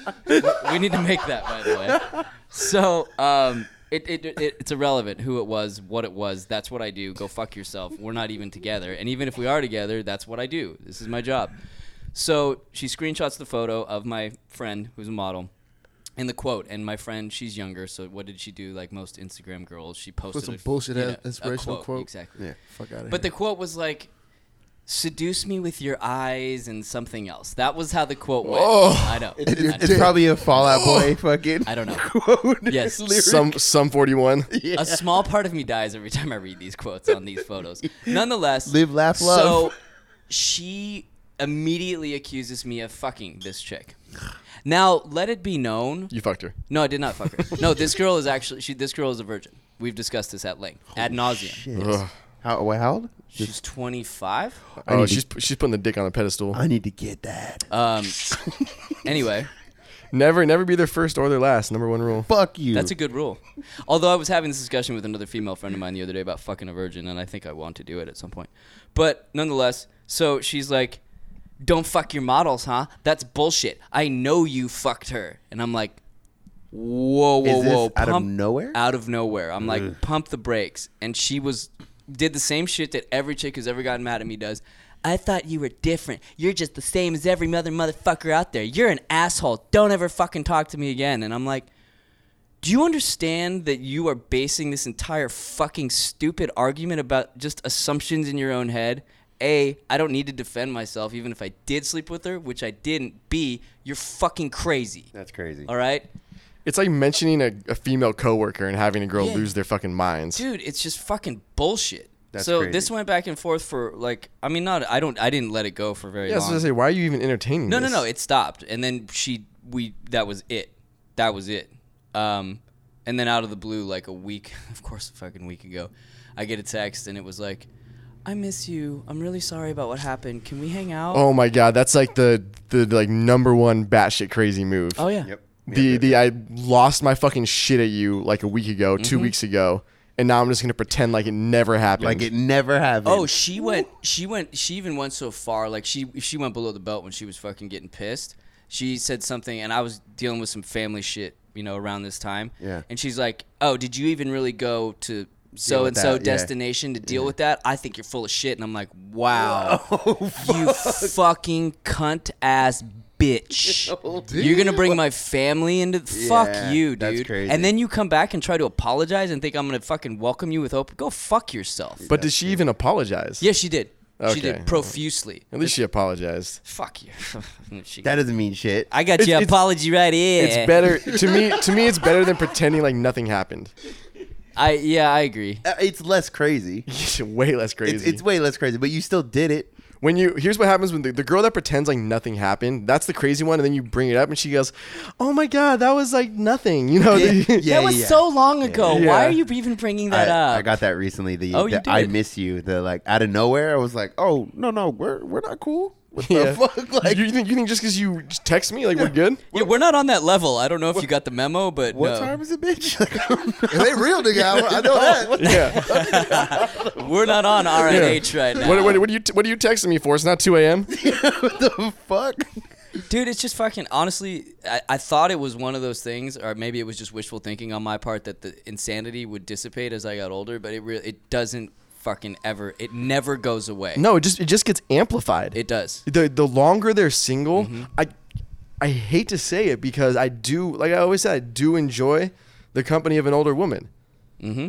We need to make that, by the way. So, um, it, it, it it's irrelevant who it was, what it was. That's what I do. Go fuck yourself. We're not even together. And even if we are together, that's what I do. This is my job. So she screenshots the photo of my friend, who's a model, and the quote. And my friend, she's younger, so what did she do? Like most Instagram girls, she posted some a- bullshit you ass know, a inspirational quote. Exactly. Yeah. Fuck out of But the here. quote was like, seduce me with your eyes and something else. That was how the quote went. Oh. I know. It's, I, it's probably a Fallout Boy fucking. Oh. I don't know. quote Yes. lyric. Some some forty one. A small part of me dies every time I read these quotes on these photos. Nonetheless, Live, laugh, love. So she immediately accuses me of fucking this chick. Now, let it be known. You fucked her. No, I did not fuck her. No, this girl is actually she. This girl is a virgin. We've discussed this at length, ad nauseum. Ugh. How, wait, how old? She's 25. Oh, she's she's putting the dick on a pedestal. I need to get that. Um. Anyway, Never never be their first or their last. Number one rule. Fuck you. that's a good rule. Although I was having this discussion with another female friend of mine the other day about fucking a virgin, and I think I want to do it at some point. But nonetheless, so she's like, "Don't fuck your models, huh? That's bullshit. I know you fucked her." And I'm like, "Whoa, whoa, Is this whoa!" out of pump- nowhere? Out of nowhere. I'm like, "Pump the brakes." And she was did the same shit that every chick who's ever gotten mad at me does. I thought you were different. You're just the same as every mother motherfucker out there. You're an asshole. Don't ever fucking talk to me again. And I'm like, do you understand that you are basing this entire fucking stupid argument about just assumptions in your own head? A, I don't need to defend myself even if I did sleep with her, which I didn't. B, you're fucking crazy. That's crazy. All right? It's like mentioning a, a female coworker and having a girl lose their fucking minds. Dude, it's just fucking bullshit. That's so crazy. this went back and forth for like I mean not I don't I didn't let it go for very yeah, I was long. gonna say, why are you even entertaining? No, no, this? no. It stopped, and then she we that was it. That was it. Um, and then out of the blue, like a week, of course, a fucking week ago, I get a text, and it was like, "I miss you. I'm really sorry about what happened. Can we hang out?" Oh my god, that's like the the like number one batshit crazy move. Oh, yeah. The the I lost my fucking shit at you like a week ago, two Mm-hmm. weeks ago, and now I'm just gonna pretend like it never happened. Like it never happened. Oh, she went. She went. She even went so far. Like she she went below the belt when she was fucking getting pissed. She said something, and I was dealing with some family shit, you know, around this time. Yeah. And she's like, "Oh, did you even really go to so with and so that, yeah. destination to deal with that? I think you're full of shit." And I'm like, "Wow, Oh, you fucking cunt ass." Bitch, you're gonna bring my family into Oh, Yeah, fuck you, dude. that's crazy. And then you come back and try to apologize and think I'm gonna fucking welcome you with open. Go fuck yourself. but did she even apologize? Yeah, she did. She Okay. did profusely. At least she apologized. Fuck you. She- that doesn't mean shit. I got your it's- apology right here. It's better to me. To me, it's better than pretending like nothing happened. I yeah, I agree. Uh, it's less crazy. Way less crazy. It's, it's way less crazy, but you still did it. when you here's what happens when the, the girl that pretends like nothing happened. That's the crazy one, and then you bring it up, and she goes, "Oh my god, that was like nothing." You know. the- Yeah, that was yeah. so long ago. Yeah. Why are you even bringing that I, up? I got that recently. The, Oh, you the I did. miss you. The like out of nowhere, I was like, oh no no, we're we're not cool. What the Yeah. fuck? Like you, think, you think just because you text me, like we're good? yeah, we're not on that level. I don't know if you got the memo, but what no. time is it, bitch? Like, I don't know. It ain't real, nigga. I, I know that. Yeah. we're not on RNH right now, What, what, what are you What are you texting me for? It's not 2 a.m. what the fuck? dude. It's just fucking. Honestly, I, I thought it was one of those things, or maybe it was just wishful thinking on my part that the insanity would dissipate as I got older. But it really it doesn't fucking ever. It never goes away. No, it just it just gets amplified. it Mm-hmm. does. the the longer they're single, I I hate to say it because I do like I always said I do enjoy the company of an older woman. Mm-hmm.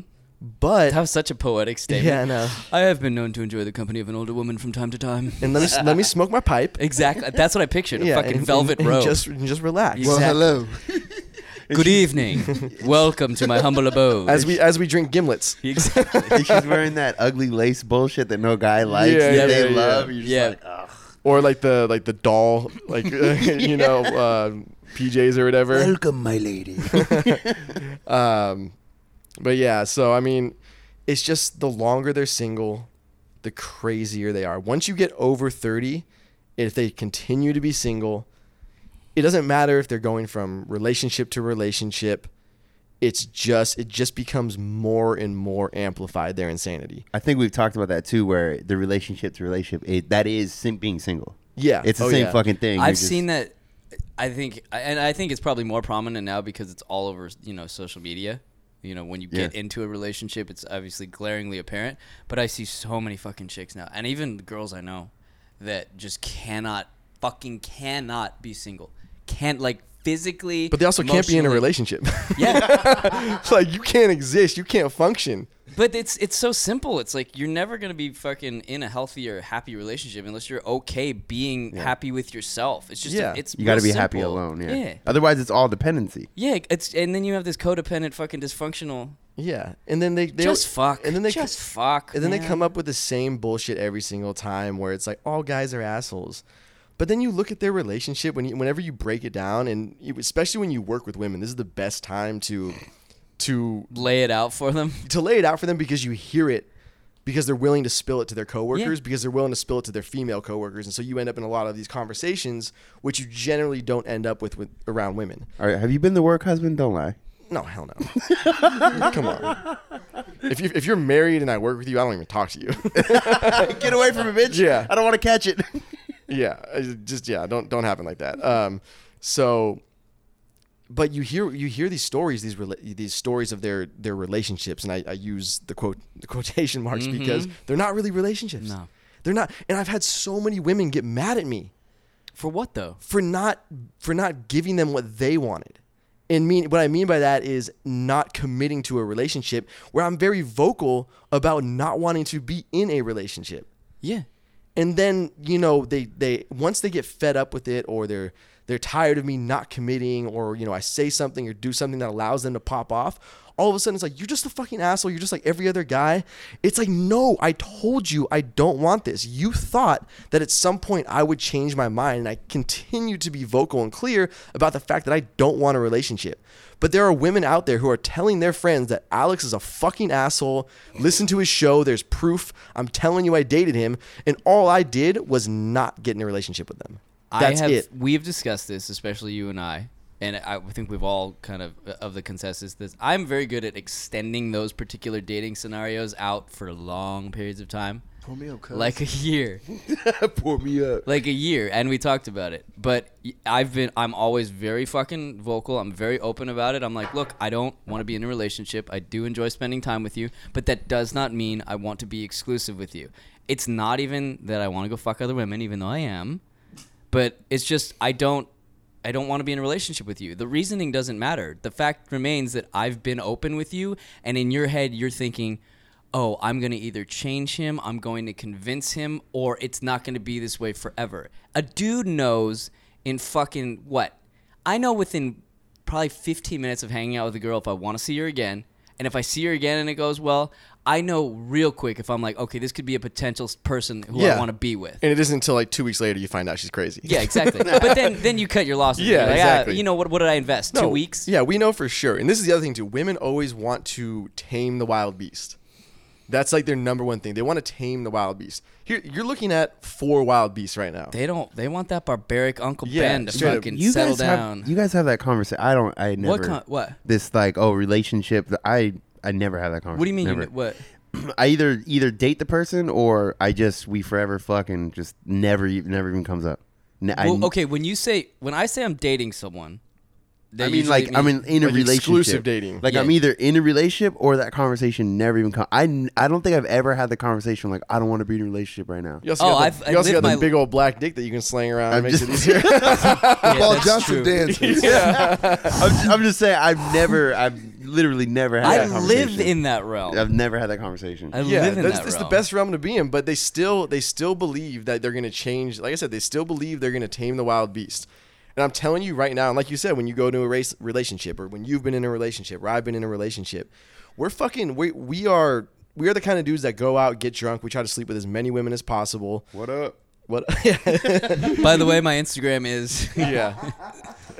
But That was such a poetic statement. yeah, I know. I have been known to enjoy the company of an older woman from time to time. And let me let me smoke my pipe. exactly. That's what I pictured. A yeah, fucking and- and- velvet and robe. just and just relax. Well, Exactly. hello. Good evening. Welcome to my humble abode. as we as we drink gimlets. exactly. And she's wearing that ugly lace bullshit that no guy likes. Yeah, Yeah, yeah, they yeah. love. You're just Yeah. like, ugh. Or like the like the doll like you know uh, PJs or whatever. Welcome, my lady. Um, but yeah, so I mean, it's just the longer they're single, the crazier they are. Once you get over 30, if they continue to be single, it doesn't matter if they're going from relationship to relationship. It's just it just becomes more and more amplified their insanity. I think we've talked about that too, where the relationship to relationship, it, that is sim- being single. Yeah. It's the Oh, same yeah. fucking thing. I've seen that. I think, and I think it's probably more prominent now because it's all over, you know, social media. You know, when you get Yeah. into a relationship, it's obviously glaringly apparent. But I see so many fucking chicks now, and even the girls I know that just cannot, fucking cannot be single. Can't like physically. But they also can't be in a emotionally- relationship. Yeah, like you can't exist. You can't function. but it's it's so simple. It's like you're never gonna be fucking in a healthy or happy relationship unless you're okay being happy with yourself. It's just Yeah. it's You got to real be happy simple. alone. Yeah. yeah, Otherwise, it's all dependency. Yeah, It's and then you have this codependent fucking dysfunctional. Yeah. And then they, they just fuck. And then they just fuck. And then they man. come up with the same bullshit every single time, where it's like all guys are assholes. But then you look at their relationship when you, whenever you break it down, and you, especially when you work with women, this is the best time to to lay it out for them. to lay it out for them because you hear it because they're willing to spill it to their coworkers Yeah. because they're willing to spill it to their female coworkers, and so you end up in a lot of these conversations which you generally don't end up with, with around women. All right. Have you been the work husband? Don't lie. No, hell no. Come on. If you if you're married and I work with you, I don't even talk to you. Get away from it, bitch. Yeah. I don't want to catch it. yeah I just yeah don't don't happen like that um so but you hear you hear these stories these rela- these stories of their their relationships and I, I use the quote the quotation marks because they're not really relationships No. they're not and I've had so many women get mad at me For what though? for not for not giving them what they wanted. And mean what I mean by that is not committing to a relationship where I'm very vocal about not wanting to be in a relationship. Yeah. And then, you know, they they once they get fed up with it or they're they're tired of me not committing or you know, I say something or do something that allows them to pop off, all of a sudden it's like you're just a fucking asshole, you're just like every other guy. It's like, "No, I told you I don't want this. You thought that at some point I would change my mind and I continue to be vocal and clear about the fact that I don't want a relationship." But there are women out there who are telling their friends that Alex is a fucking asshole. Listen to his show. There's proof. I'm telling you, I dated him, and all I did was not get in a relationship with them. That's I have, it. We've discussed this, especially you and I, and I think we've all kind of uh, of the consensus. This I'm very good at extending those particular dating scenarios out for long periods of time, Pull me up, cuz. like a year, Pour me up. like a year, and we talked about it. But y- I've been, I'm always very fucking vocal. I'm very open about it. I'm like, look, I don't want to be in a relationship. I do enjoy spending time with you, but that does not mean I want to be exclusive with you. It's not even that I want to go fuck other women, even though I am but it's just I don't I don't want to be in a relationship with you. The reasoning doesn't matter. The fact remains that I've been open with you and in your head you're thinking, "Oh, I'm going to either change him, I'm going to convince him, or it's not going to be this way forever." A dude knows in fucking what? I know within probably 15 minutes of hanging out with a girl if I want to see her again. And if I see her again and it goes well, I know real quick if I'm like, okay, this could be a potential s- person who Yeah. I want to be with. And it isn't until like two weeks later you find out she's crazy. Yeah, exactly. but then then you cut your losses. Yeah, You're like, ah, exactly. you know what? What did I invest? No, Two weeks. Yeah, we know for sure. And this is the other thing too. Women always want to tame the wild beast. That's like their number one thing. They want to tame the wild beast. Here, you're looking at four wild beasts right now. They don't. They want that barbaric Uncle Yeah, Ben to straight up. fucking You settle guys down. have you guys have that conversation. I don't. I never. what? Con- what? This like oh relationship. I I never had that conversation. What do you mean? You, Never. kn- what? I either either date the person or I just we forever fucking just never even never even comes up. Ne- I- Well, okay. When you say when I say I'm dating someone, that I mean, usually like I'm in, in a Like relationship, exclusive dating. Like Yeah. I'm either in a relationship or that conversation never even come. I n- I don't think I've ever had the conversation like I don't want to be in a relationship right now. You also Oh, got, the, I've- I you also live got the my- big old black dick that you can sling around. and I'm makes just- it easier. yeah, Paul that's true. Johnson dances. I'm, just, I'm just saying I've never I've literally never had. I that conversation. live in that Oh. realm. I've never had that conversation. I yeah, live in that's, that that's the realm. best realm to be in. But they still they still believe that they're gonna change. Like I said, they still believe they're gonna tame the wild beast. And I'm telling you right now, and like you said, when you go to a race relationship, or when you've been in a relationship, or I've been in a relationship, we're fucking we we are we are the kind of dudes that go out, get drunk, we try to sleep with as many women as possible. what up? What? By the way, my Instagram is. yeah.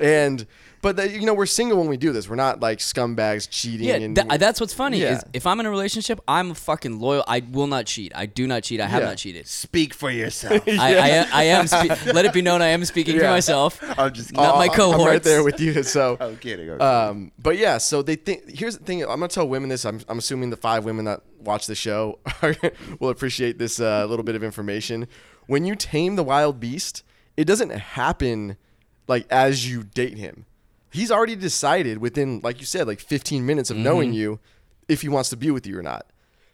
And but that you know we're single when we do this. We're not like scumbags cheating. Yeah, and, tha- that's what's funny Yeah. is if I'm in a relationship, I'm fucking loyal. I will not cheat. I do not cheat. I have Yeah. not cheated. Speak for yourself. I, I, am- I am. Spe- let it be known, I am speaking to Yeah. myself. I'm just kidding. Not Oh, my I'm right cohorts. there with you. So I'm kidding. I'm Um, but yeah, so they think. Here's the thing. I'm gonna tell women this. I'm, I'm assuming the five women that watch the show are, will appreciate this uh, little bit of information. When you tame the wild beast, it doesn't happen like as you date him. He's already Mm-hmm. decided within, like you said, like 15 minutes of knowing you if he wants to be with you or not.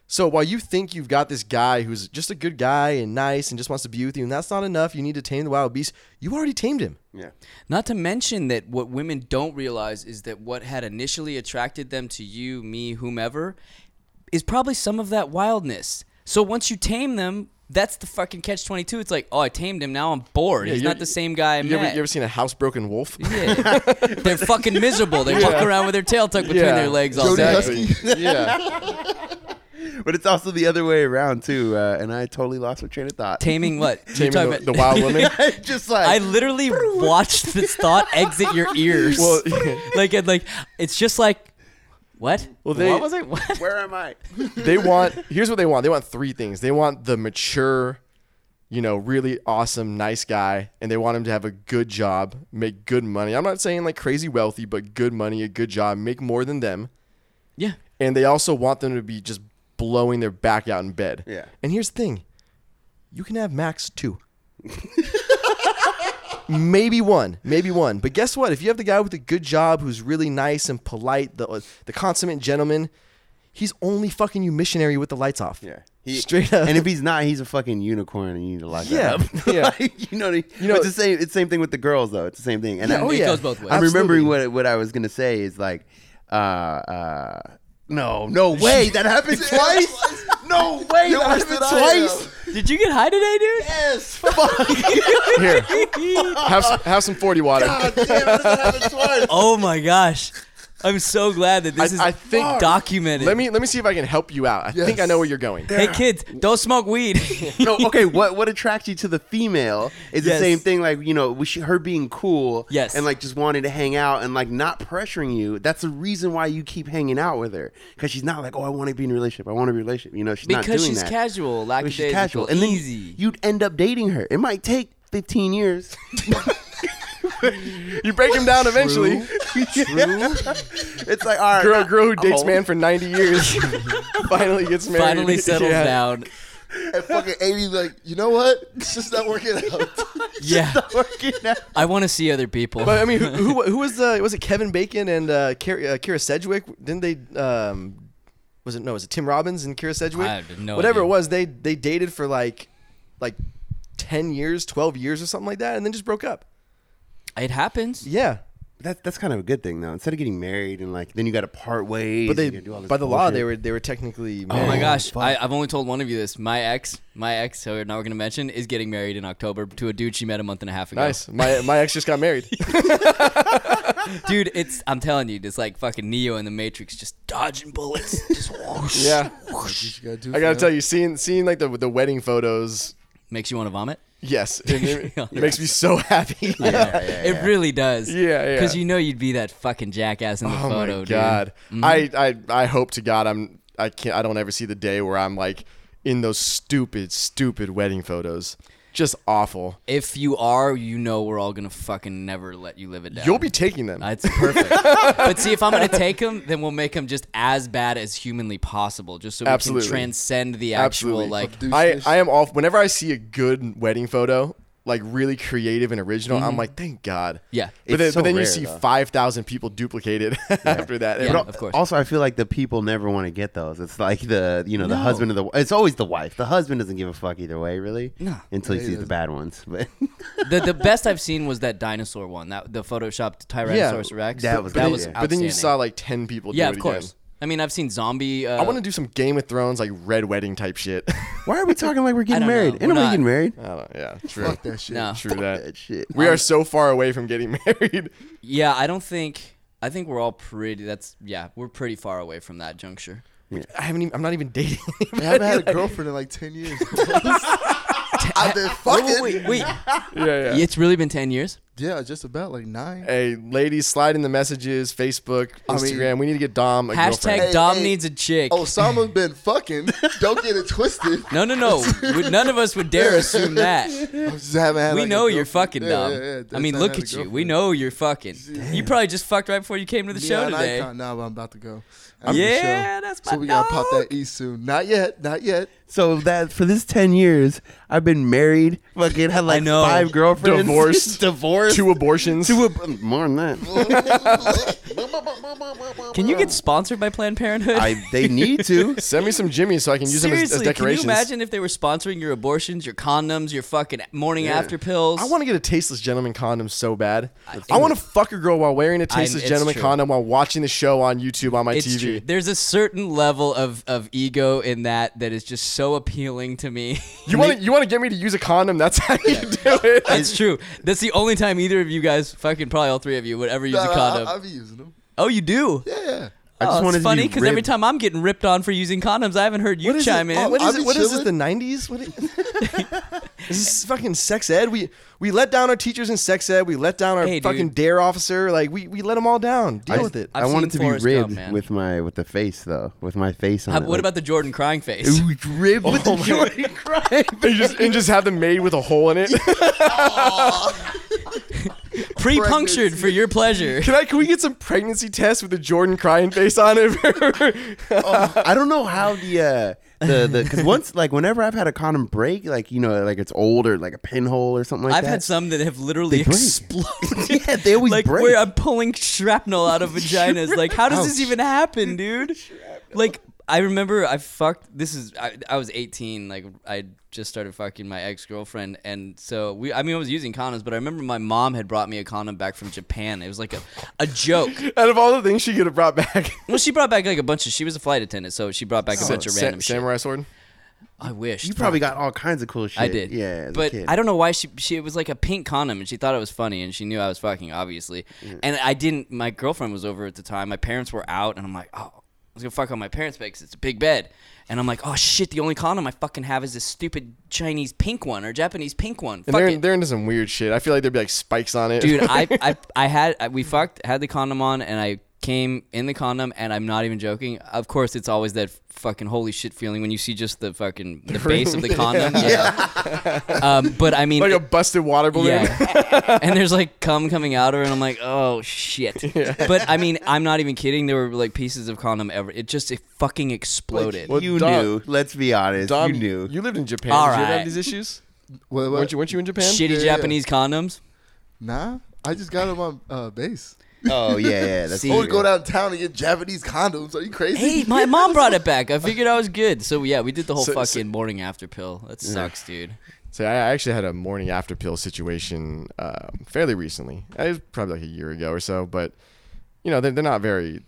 So while you think you've got this guy who's just a good guy and nice and just wants to be with you, and that's not enough, you need to tame the wild beast. You already tamed him. Not to mention that what women don't realize is that what had initially attracted them to you, me, whomever, is probably some of that wildness. So once you tame them, that's the fucking catch twenty two. It's like, oh, I tamed him. Now I'm bored. Yeah, He's you- not the same guy I You ever, met. you ever seen a housebroken wolf? Yeah. They're fucking miserable. They walk around with their tail tucked between Yeah. their legs all Jody day. Husky. yeah. But it's also the other way around too, uh, and I totally lost my train of thought. Taming what? You're Taming talking the, about- the wild woman. just like I literally watched this thought exit your ears. Well, like, it, like it's just like, what? Well, they- what was it? What? where am I? they want here's what they want. They want three things. They want the mature, you know, really awesome, nice guy, and they want him to have a good job, make good money. I'm not saying like crazy wealthy, but good money, a good job, make more than them. Yeah. And they also want them to be just blowing their back out in bed. Yeah. And here's the thing. You can have max two. maybe one, maybe one. But guess what? If you have the guy with a good job who's really nice and polite, the uh, the consummate gentleman, he's only fucking you missionary with the lights off. Yeah, straight up. And if he's not, he's a fucking unicorn, and you need to lock Yeah, that up. yeah. Like, you know, what I- You know- it's the same. It's the same thing with the girls, though. It's the same thing. And I, oh, it yeah. goes both ways. I'm Absolutely. remembering what what I was gonna say is like, uh, uh, no, no way, that happened twice. no way, that happened uh, twice. Did you get high today, dude? Yes, fuck. Here, have some, have some forty water. God damn, it that happened twice. Oh my gosh. I'm so glad that this I- is I think- documented. Let me let me see if I can help you out. I think I know where you're going. hey kids, don't smoke weed. no, okay. What what attracts you to the female is Yes. the same thing. Like you know, we should, her being cool, Yes. and like just wanting to hang out and like not pressuring you. That's the reason why you keep hanging out with her because she's not like, oh, I want to be in a relationship. I want to be in a relationship. You know, she's not because doing she's that. casual, Because lackadaisical, she's casual, and then easy. you'd end up dating her. It might take fifteen years. You break him down eventually. it's like all right, Girl, now- girl who dates oh, man for ninety years finally gets married. Finally settles Yeah. down. At fucking 80, like, you know what? It's just not working out. Yeah. Working out. I want to see other people. But I mean, who, who, who was uh, was it Kevin Bacon and uh, Kira, uh, Kira Sedgwick? Didn't they? Um, was it no? Was it Tim Robbins and Kira Sedgwick? I have no Whatever idea. it was, they they dated for like like ten years, twelve years, or something like that, and then just broke up. it happens. Yeah, That, that's kind of a good thing though. Instead of getting married and like then you got to part ways. but they and you gotta do all this by the law bullshit. they were they were technically. Oh my married. gosh, I, I've only told one of you this. My ex, my ex, who we're now going to mention, is getting married in October to a dude she met a month and a half ago. Nice. My my ex just got married. dude. It's I'm telling you, it's like fucking Neo in the Matrix, just dodging bullets, just oh, whoosh. yeah. You gotta do I gotta something tell you, seeing seeing like the the wedding photos. makes you want to vomit. Yes, it, it Yeah. makes me so happy. It really does. Yeah, yeah. Because you know you'd be that fucking jackass in the Oh photo, my dude. god! Mm-hmm. I, I I hope to God I'm I can't I don't ever see the day where I'm like in those stupid stupid wedding photos, just awful. If you are, you know we're all gonna fucking never let you live it down. You'll be taking them. That's perfect. but see, if I'm gonna take them, then we'll make them just as bad as humanly possible, just so Absolutely. we can transcend the actual Absolutely. like. douche I this. I am off. Whenever I see a good wedding photo, like really creative and original, I'm like, thank God. Mm-hmm. Yeah. But It's then, so but then you rare, see though. five thousand people duplicate it after that. Yeah, But- of course. Also, I feel like the people never want to get those. It's like the you know the No. husband of the. It's always the wife. The husband doesn't give a fuck either way, really. No. until you Yeah, see he the doesn't. bad ones. But the the best I've seen was that dinosaur one, that the photoshopped Tyrannosaurus Rex. that was but that then- was But then you outstanding. saw like ten people. yeah, do of it course. Again. I mean, I've seen zombie. I Uh, want to do some Game of Thrones like red wedding type shit. why are we talking like we're I getting don't know. married? We're Ain't nobody not. getting married. I don't, yeah, true. Fuck that shit. no. True that. That shit. We are so far away from getting married. Yeah, I don't think. I think we're all pretty. That's yeah, we're pretty far away from that juncture. I haven't even. I'm not even dating. I haven't had a girlfriend in like 10 years. I've been fucking. Wait, wait, yeah, yeah. it's really been ten years. Yeah, just about like nine. Hey, ladies, slide in the messages, Facebook, I mean- Instagram. we need to get Dom a Hashtag girlfriend. Hey, Dom hey. needs a chick. Oh, Osama's been fucking. Don't get it twisted. No, no, no. We- None of us would dare assume that. I just haven't had, We like, a know you're girlfriend. fucking Yeah, dumb. yeah, yeah, I that's mean, not look had a at you. We girlfriend. know you're fucking. You probably just fucked right before you came to the show and I today. can't- Nah, but I'm about to go. I'm at the Yeah, show. that's So my we gotta pop dog. that E soon. Not yet. Not yet. So that for this ten years, I've been married. Fucking had like know. five girlfriends. Divorced. divorced. Two abortions. Two ab- more than that. Can you get sponsored by Planned Parenthood? I, they need to. Send me some Jimmy so I can use them as, as Seriously, can you decorations. imagine if they were sponsoring your abortions, your condoms, your fucking morning after pills? I want to get a tasteless gentleman condom so bad. I want to fuck a girl while wearing a tasteless it's gentleman true. condom while watching the show on YouTube on my It's TV. true. There's a certain level of, of ego in that that is just so appealing to me. You want to you want to get me to use a condom? That's how you do it. That's true. That's the only time either of you guys, fucking probably all three of you, would ever use a condom. I, I, I be using them. oh, you do? Yeah, yeah. I oh, just wanted it's funny to be because every ribbed. time I'm getting ripped on for using condoms, I haven't heard you What is chime it? Oh, in. What I'll is be it? What is chilling. it? The nineties? What is, is this fucking sex ed? We we let down our teachers in sex ed. We let down our Hey, dude. fucking dare officer. Like we we let them all down. Deal I, with it. I I've wanted to seen be Forrest Gump, ribbed man. with my with the face though, with my face on How- it. what about the Jordan crying face? ribbed with Oh the Jordan cry? And just and just have them made with a hole in it. Pre punctured for your pleasure. can I? Can we get some pregnancy tests with a Jordan crying face on it? I don't know how the uh, the the because once like whenever I've had a condom break, like you know, like it's old or like a pinhole or something like I've that. had some that have literally They break. exploded. Yeah, they always like break. where I'm pulling shrapnel out of vaginas. like, how does this even happen, dude? like, I remember I fucked. This is I, I was 18. Like, I just started fucking my ex girlfriend, and so we. I mean, I was using condoms, but I remember my mom had brought me a condom back from Japan. It was like a, a joke. Out of all the things she could have brought back, well, she brought back like a bunch of. She was a flight attendant, so she brought back Oh. a bunch of Sa- random shit. samurai sword. I wish you probably got all kinds of cool shit. I did. Yeah, as a but kid. I don't know why she she it was like a pink condom and she thought it was funny and she knew I was fucking obviously. And I didn't. My girlfriend was over at the time. My parents were out and I'm like, oh, I was gonna fuck on my parents' bed 'cause it's a big bed. And I'm like, oh shit, the only condom I fucking have is this stupid Chinese pink one or Japanese pink one. And Fuck they're, it. they're into some weird shit. I feel like there'd be like spikes on it. Dude, I, I I had I, we fucked had the condom on and I came in the condom and I'm not even joking. Of course, it's always that fucking holy shit feeling when you see just the fucking the base of the condom. Yeah. um, but I mean, like a busted water balloon. yeah. and there's like cum coming out of her, and I'm like, oh shit. But I mean, I'm not even kidding. There were like pieces of condom ever. It just it fucking exploded. Well, you Dom- knew. Let's be honest. Dom, you knew. Um, You lived in Japan. All Did you ever right. have these issues? What, what? Weren't you, weren't you in Japan? Shitty Yeah, yeah. Japanese condoms. Nah, I just got them on uh, base. oh yeah, yeah. That's I would go downtown and get Japanese condoms. Are you crazy? Hey, my mom brought it back. I figured I was good. So yeah, we did the whole So- so- fucking morning after pill. That sucks, dude. So I I actually had a morning after pill situation uh, fairly recently. Uh, It was probably like a year ago or so, but you know they're, they're not very.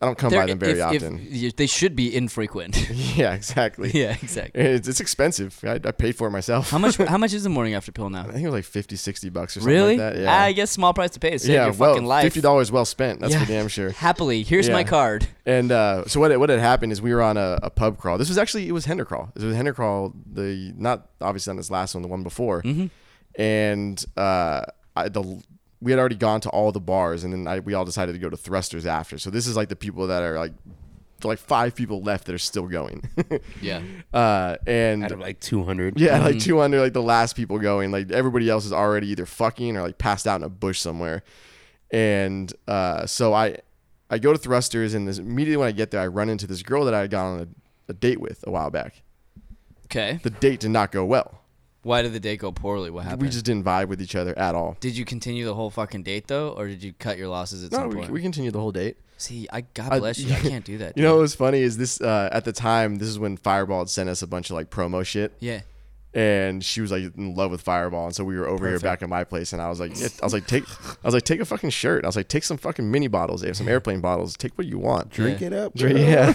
I don't come by They're- them very if- if- often. you- they should be infrequent. yeah, exactly. yeah, exactly. It's, it's expensive. I, I paid for it myself. How much? How much is the morning after pill now? I think it was like 50, 60 bucks or something Really? like that. Yeah. I guess small price to pay to save yeah, your well, fucking life. fifty dollars well spent. That's Yeah. for damn sure. Happily, here's Yeah. my card. And uh, so what had- what had happened is we were on a, a pub crawl. This was actually it was Hender crawl. It was Hender crawl. The not obviously on this last one, the one before. And uh, I, the we had already gone to all the bars, and then I, we all decided to go to Thrusters after. So this is like the people that are like like five people left that are still going. Yeah. uh, and out of like two hundred. yeah, like Mm-hmm. 200, like the last people going. Like everybody else is already either fucking or like passed out in a bush somewhere. And uh, so I, I go to Thrusters, and this, immediately when I get there, I run into this girl that I had gone on a, a date with a while back. Okay. The date did not go well. Why did the date go poorly? What happened? We just didn't vibe with each other at all. Did you continue the whole fucking date though, or did you cut your losses at No, some we, point? we continued the whole date. See, I God I- bless you. I can't do that. You know what was funny is this uh, at the time, this is when Fireball had sent us a bunch of like promo shit. dude. yeah. and she was like in love with Fireball, and so we were over here back at my place, and I was like, yeah, I was like, take, I was like, take a fucking shirt. I was like, take some fucking mini bottles, they have some airplane bottles, take what you want, Drink it up. Drink- yeah.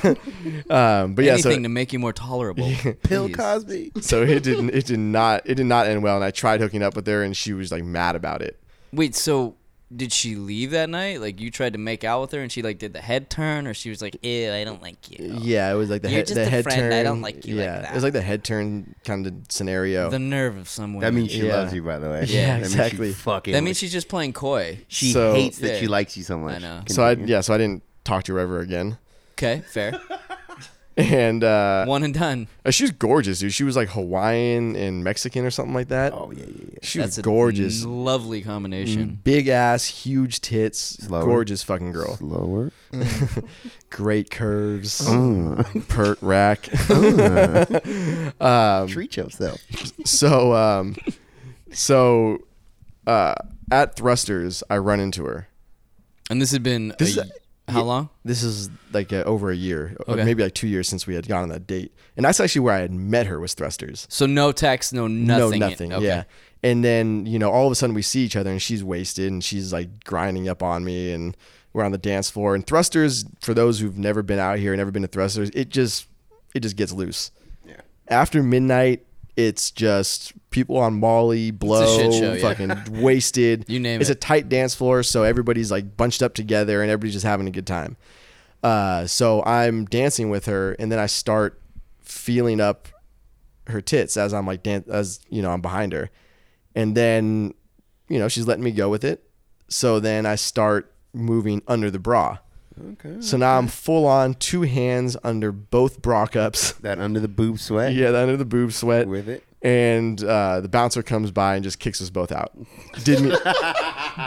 um, but yeah, Anything so to make you more tolerable. Bill Please. Cosby. so it didn't, it did not, it did not end well, and I tried hooking up with her, and she was like mad about it. Wait, so did she leave that night? Like you tried to make out with her, and she like did the head turn, or she was like, "Ew, I don't like you." Yeah, it was like the You're head, just the a head friend, turn. I don't like you like Yeah, that. it was like the head turn kind of scenario. The nerve of some women. That means she Yeah. loves you, by the way. Yeah, that exactly. Means she fucking. that means she's just playing coy. she So- hates that Yeah. she likes you so much. know. so I Continue. yeah, so I didn't talk to her ever again. Okay, fair. and uh, One and done. uh, she was gorgeous, dude. She was like Hawaiian and Mexican or something like that. Oh yeah, yeah, yeah. she That's was a gorgeous, Mm. lovely combination. big ass, huge tits, Slower. gorgeous fucking girl, Slower. great curves, Oh. Mm. pert rack. Oh. Um, Treat yourself. so um so uh at thrusters i run into her And this had been This a is- y- how long? this is like uh, over a year or Okay. maybe like two years since we had gone on that date and that's actually where i had met her was thrusters So no text, no nothing. no nothing Okay. yeah and then you know all of a sudden we see each other and she's wasted and she's like grinding up on me and we're on the dance floor and thrusters for those who've never been out here never been to thrusters it just it just gets loose yeah after midnight it's just people on Molly, blow, shit show, yeah. fucking wasted. You name it's it. a tight dance floor, so everybody's like bunched up together and everybody's just having a good time. Uh, so I'm dancing with her, and then I start feeling up her tits as I'm like dan- as you know I'm behind her, and then you know she's letting me go with it. So then I start moving under the bra. Okay. So now I'm full on two hands under both bra cups. That under the boob sweat. Yeah, the under the boob sweat With it. and uh, the bouncer comes by and just kicks us both out. Did me,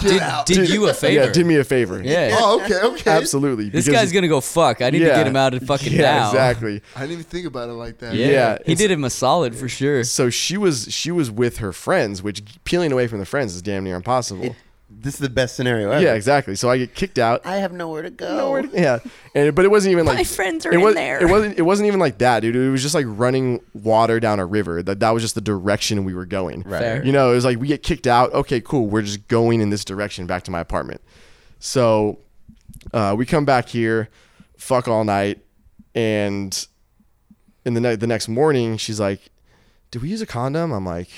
Did, did you a favor? yeah, did me a favor. Yeah. Oh, okay, okay. absolutely. This because- guy's gonna go fuck. I need to yeah. get him out of fucking yeah, now. Exactly. I didn't even think about it like that. Yeah. Yeah, He it's- did him a solid for sure. So she was she was with her friends, which peeling away from the friends is damn near impossible. It, this is the best scenario ever. yeah, exactly. So I get kicked out. I have nowhere to go. Yeah, and but it wasn't even like My friends are it in was, there. It wasn't. It wasn't even like that, dude. It was just like running water down a river. That that was just the direction we were going. Right. Fair. You know, it was like we get kicked out. Okay, cool. We're just going in this direction back to my apartment. So uh, we come back here, fuck all night, and in the night the next morning she's like, "Did we use a condom?" I'm like,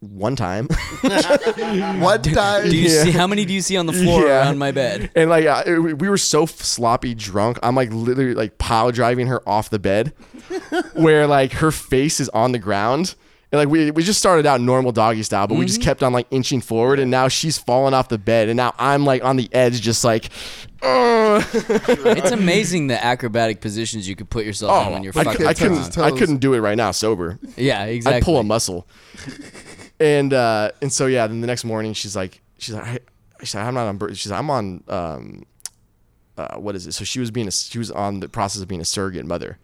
"One time." One time. Do you Yeah. see how many do you see on the floor Yeah. around my bed? And like I, it- we were so f- sloppy drunk, I'm like literally like pile driving her off the bed, where like her face is on the ground. And like we, we just started out normal doggy style, but we just kept on like inching forward, and now she's falling off the bed, and now I'm like on the edge, just like, "Ugh." It's amazing the acrobatic positions you could put yourself in when Oh, you're Oh, I, fucking I drunk. couldn't I couldn't do it right now sober. Yeah, exactly. I'd pull a muscle. and uh, and so yeah, then the next morning she's like she's like I, she's like, I'm not on birth. She's like, I'm on um, uh, what is it? So she was being a, she was on the process of being a surrogate mother.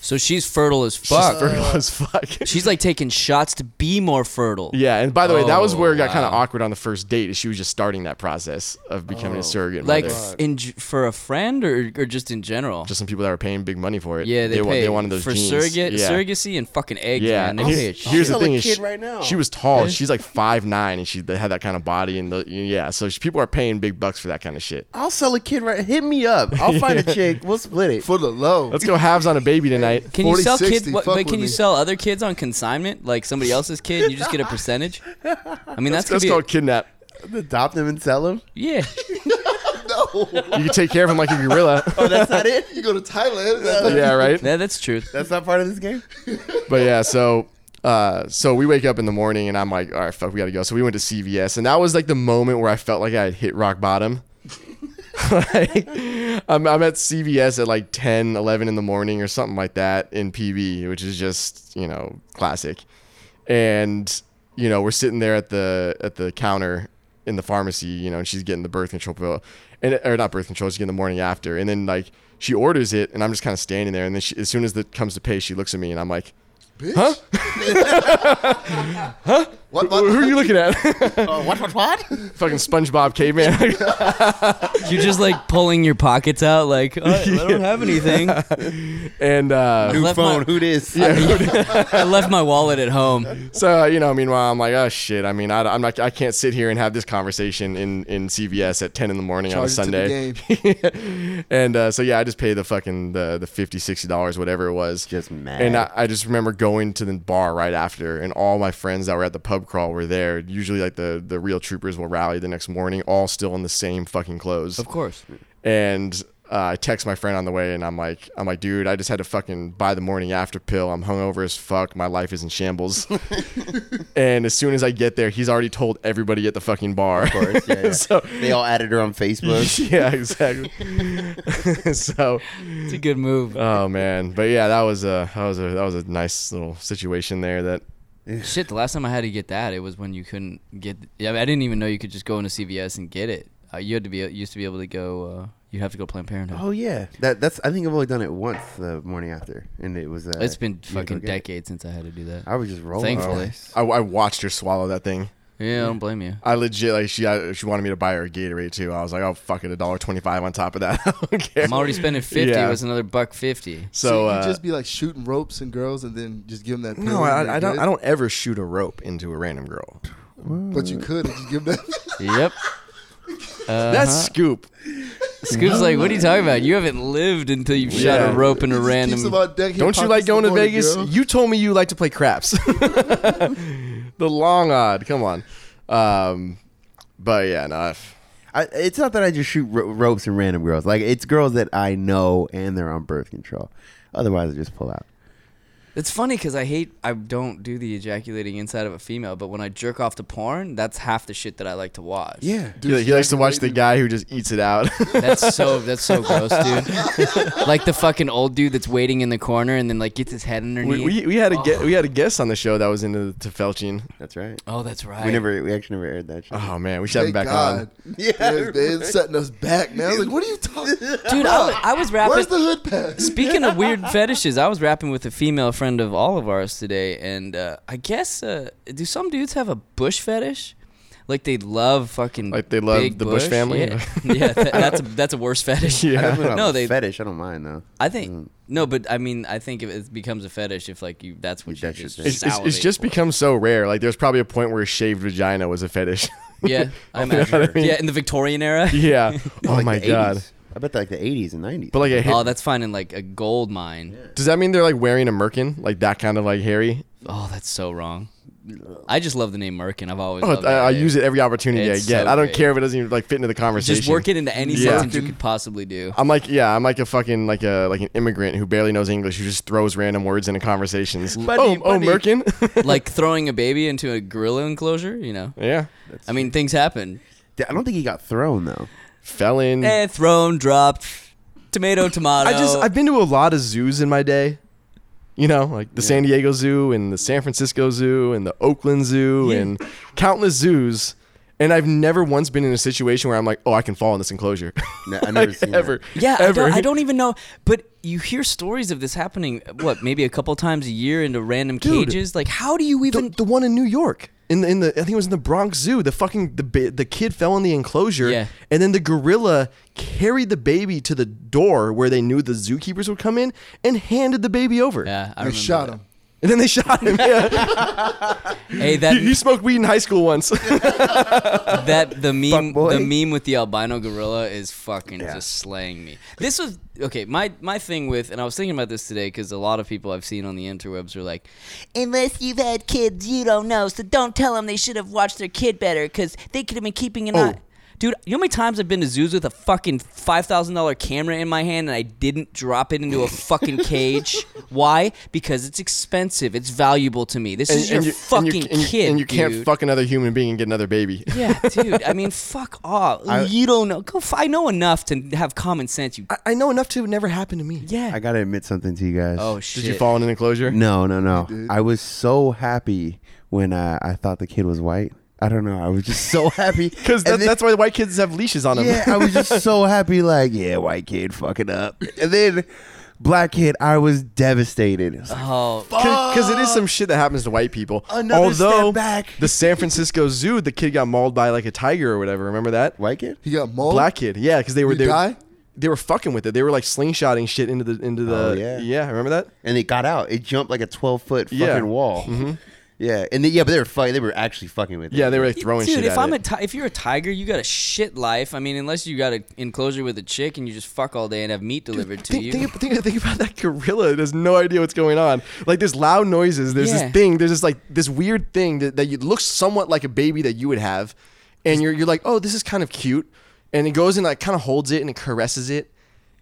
So she's fertile as fuck. She's fertile as fuck. She's like taking shots to be more fertile. yeah, and by the way, that was Oh, where it got kind of wow. awkward on the first date. Is she was just starting that process of becoming a surrogate Oh. Like mother. f- in j- for a friend or, or just in general. Just some people that were paying big money for it. yeah, they, they, wa- pay they wanted those for genes. surrogate yeah. surrogacy and fucking eggs, Yeah, man. They and pay a here's, shit. here's the Still a thing: is kid she, right now. she was tall. She's like five nine, and she had that kind of body. And the, yeah, so she- people are paying big bucks for that kind of shit. I'll sell a kid right. Hit me up. I'll find a chick. We'll split it. For the low. Let's go halves on a baby tonight. Can you sell 40, kids? 60, What, fuck but can with you me. sell other kids on consignment, like somebody else's kid? You just get a percentage. I mean, that's, That's gonna called kidnap. Adopt him and sell him. be yeah. You can take care of him like a gorilla. That's not it. You go to Thailand. yeah, right. yeah, that's true. That's not part of this game. But yeah, so uh, so we wake up in the morning, and I'm like, all right, fuck, we gotta go. So we went to CVS, and that was like the moment where I felt like I had hit rock bottom. like, I'm, I'm at CVS at like 10, 11 in the morning or something like that in PB, which is just, you know, classic. And, you know, we're sitting there at the at the counter in the pharmacy, you know, and she's getting the birth control pill. And or not birth control, she's getting the morning after. And then like she orders it and I'm just kind of standing there and then she, as soon as it comes to pay, she looks at me and I'm like, What, "Who what? are you looking at?" Uh, What, what, what? Fucking SpongeBob caveman. You're just like pulling your pockets out, like "Oh, I don't have anything. and uh, left phone. my- Who this? I left my wallet at home. So you know, meanwhile, I'm like, oh shit. I mean, I, I'm not, I can't sit here and have this conversation in in CVS at 10 in the morning on a Charge it to the Sunday. and uh, so yeah, I just paid the fucking the the 50 60 dollars, whatever it was. Just mad. And I, I just remember going to the bar right after, and all my friends that were at the pub crawl were there. Usually, like the the real troopers will rally the next morning, all still in the same fucking clothes Of course. and uh, I text my friend on the way, and I'm like, I'm like, dude, I just had to fucking buy the morning after pill. I'm hungover as fuck. My life is in shambles. and as soon as I get there, he's already told everybody at the fucking bar. course, yeah, yeah. so They all added her on Facebook. yeah, exactly. so, It's a good move. oh man, but yeah, that was a that was a that was a nice little situation there. That Shit, the last time I had to get that, it was when you couldn't get. Yeah, I, mean, I didn't even know you could just go into CVS and get it. Uh, you had to be you used to be able to go. Uh, you'd have to go Planned Parenthood. Oh yeah, that that's. I think I've only done it once the morning after, and it was. Uh, it's been you had to fucking go get it. decades since I had to do that. I was just rolling. Thankfully. dice. I, I watched her swallow that thing. Yeah, I don't blame you. I legit like she I, she wanted me to buy her a Gatorade too. I was like, oh fuck it, a dollar twenty five on top of that. I don't care. I'm already spending fifty. Yeah. It was another buck fifty. so you uh, just be like shooting ropes and girls, and then just give them that. no, I, I don't. I don't ever shoot a rope into a random girl. But you could and just give them. Yep. Uh, That's scoop. Scoop's like, what are you talking about? You haven't lived until you've shot Yeah. a rope in a Just keeps random. them on deck, hip Don't you pockets like going to them on a Vegas? girl. You told me you like to play craps. the long odd. Come on. Um, but yeah, no. I've, I, it's not that I just shoot ro- ropes and random girls. Like it's girls that I know and they're on birth control. Otherwise, I just pull out. It's funny because I hate, I don't do the ejaculating inside of a female, but when I jerk off to porn, that's half the shit that I like to watch. he, he likes to watch the guy who just eats it out. That's so that's so gross, dude. like the fucking old dude that's waiting in the corner and then like gets his head underneath. we, we, we had a ge- we had a guest on the show that was into the Felching. that's right. oh, that's right. We never, we actually never aired that. Shit. Oh man, we should have him Thank back God. on. Yeah, they're setting us back now. Like, what are you talking? dude, I was, I was rapping. Where's the hood pass? Speaking of weird fetishes, I was rapping with a female friend of all of ours today, and uh, I guess uh, do some dudes have a bush fetish? Like they love fucking Like they love big the Bush family? Yeah, yeah that, that's a, that's a worse fetish. I definitely don't No, have a they- fetish. I don't mind though. I Mm. think no, but I mean, I think if it becomes a fetish if like you that's what you That's your just thing. It's, it's, it's just become so rare. Like there's probably a point where a shaved vagina was a fetish. yeah, I imagine. Yeah, in the Victorian era. yeah. Oh Like my the god. 80s. I bet like the 80s and 90s. But like a ha- Oh, that's finding like a gold mine. does that mean they're like wearing a merkin? Like that kind of like hairy? Oh, that's so wrong. I just love the name Merkin. I've always. Oh, loved I, that I name. use it every opportunity It's I get. so I don't great. care if it doesn't even like fit into the conversation. Just work it into any Yeah. sentence you could possibly do. I'm like, yeah, I'm like a fucking like a like an immigrant who barely knows English who just throws random words into conversations. oh, oh, merkin. like throwing a baby into a gorilla enclosure. You know, yeah, I mean, things happen. I don't think he got thrown though. fell in. Eh, thrown, dropped, tomato, tomato. Mm. I just I've been to a lot of zoos in my day. You know, like the San Diego Zoo and the San Francisco Zoo and the Oakland Zoo and countless zoos. And I've never once been in a situation where I'm like, oh, I can fall in this enclosure. No, I've never Like, seen that. ever. yeah, I ever. don't, I don't even know. But you hear stories of this happening. What, maybe a couple times a year into random Dude. cages. Like, how do you The- even? the one in New York. In the, in the I think it was in the Bronx Zoo. The fucking the ba- the kid fell in the enclosure, Yeah. and then the gorilla carried the baby to the door where they knew the zookeepers would come in, and handed the baby over. Yeah, I I remember shot that. him. And then they shot him. Yeah. Hey, you, that you smoked weed in high school once. that the meme boy. the meme with the albino gorilla is fucking just slaying me. This was okay. My my thing with and I was thinking about this today because a lot of people I've seen on the interwebs are like, Unless you've had kids, you don't know. So don't tell them they should have watched their kid better because they could have been keeping an Oh. eye. dude, you know how many times I've been to zoos with a fucking five thousand dollar camera in my hand and I didn't drop it into a fucking cage? Why? Because it's expensive. It's valuable to me. This is your you- fucking you- and you- kid, and you can't dude. fuck another human being and get another baby. yeah, dude. I mean, fuck off. you don't know. Go. F- I know enough to have common sense. You. I, I know enough to never happen to me. yeah. I gotta admit something to you guys. oh shit. Did you fall in an enclosure? No, no, no. I was so happy when uh, I thought the kid was white. I don't know. I was just so happy Because And then- that's why the white kids have leashes on them. Yeah, I was just so happy. Like, yeah, white kid fucking up, and then black kid. I was devastated. I was like, Oh, because it is some shit that happens to white people. Another Although step back. the San Francisco Zoo, the kid got mauled by like a tiger or whatever. Remember that white kid. He got mauled. black kid? Yeah, because they were You they, Oh. die? were they were fucking with it. They were like slingshotting shit into the into the Oh, yeah. Remember that? and it got out. It jumped like a twelve foot fucking Yeah. Mm-hmm. wall. Yeah, and they, yeah, but they were fucking. They were actually fucking with it. Yeah, they were like throwing dude. shit. if at I'm it. a ti- if you're a tiger, you got a shit life. I mean, unless you got an enclosure with a chick and you just fuck all day and have meat delivered to Think, you. think, think, think about that gorilla. It has no idea what's going on. Like there's loud noises. There's Yeah. this thing. There's this like this weird thing that, that you looks somewhat like a baby that you would have, and you're you're like, oh, this is kind of cute, and it goes and like kind of holds it and it caresses it,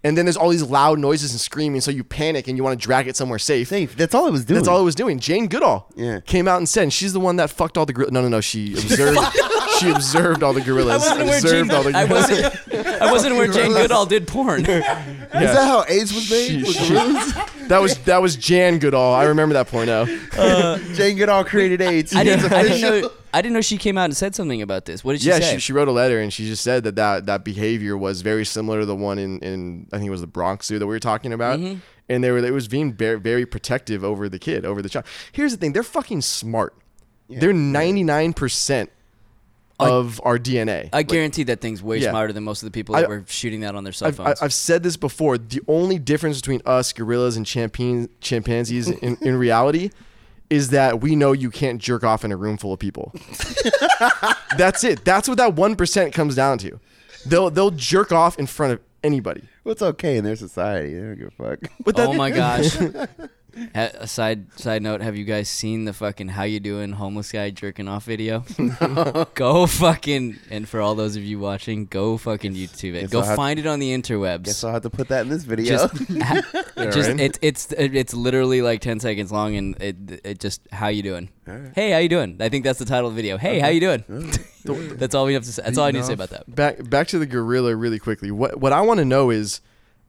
And then there's all these loud noises and screaming, so you panic and you want to drag it somewhere safe. Safe. That's all it was doing. That's all it was doing. Jane Goodall Yeah. came out and said, and she's the one that fucked all the gorillas. No, no, no. She observed. she observed all the gorillas. observed all the I gorillas. wasn't. I wasn't aware Jane Goodall did porn. Yeah. Is that how AIDS was made? She- With she- gorillas? that was that was Jan Goodall. I remember that porno. uh, Jane Goodall created AIDS. I didn't. I didn't know. I didn't know she came out and said something about this. What did she yeah, say? she, she wrote a letter and she just said that, that that behavior was very similar to the one in, in I think it was the Bronx Zoo that we were talking about. Mm-hmm. And they were it was being very, very protective over the kid, over the child. Here's the thing: they're fucking smart. They're ninety nine percent of our DNA. I guarantee that thing's way Yeah. smarter than most of the people that I- were shooting that on their cell I've, I- phones. I've said this before. The only difference between us, gorillas, and champion, chimpanzees in, in reality is that we know you can't jerk off in a room full of people. That's it. That's what that one percent comes down to. They'll they'll jerk off in front of anybody. What's okay in their society? They don't give a fuck. oh my gosh. Ha- a side side note: Have you guys seen the fucking "How you doing" homeless guy jerking off video? go fucking and for all those of you watching, go fucking YouTube it. guess Go I'll have- find it on the interwebs. Guess I'll have to put that in this video. just, ha- just right? it's it's it's literally like ten seconds long, and it it just how you doing? Hey, how you doing? I think that's the title of the video. Hey, how you doing? that's all we have to say. That's all I need to say about that. Back back to the gorilla really quickly. What what I want to know is,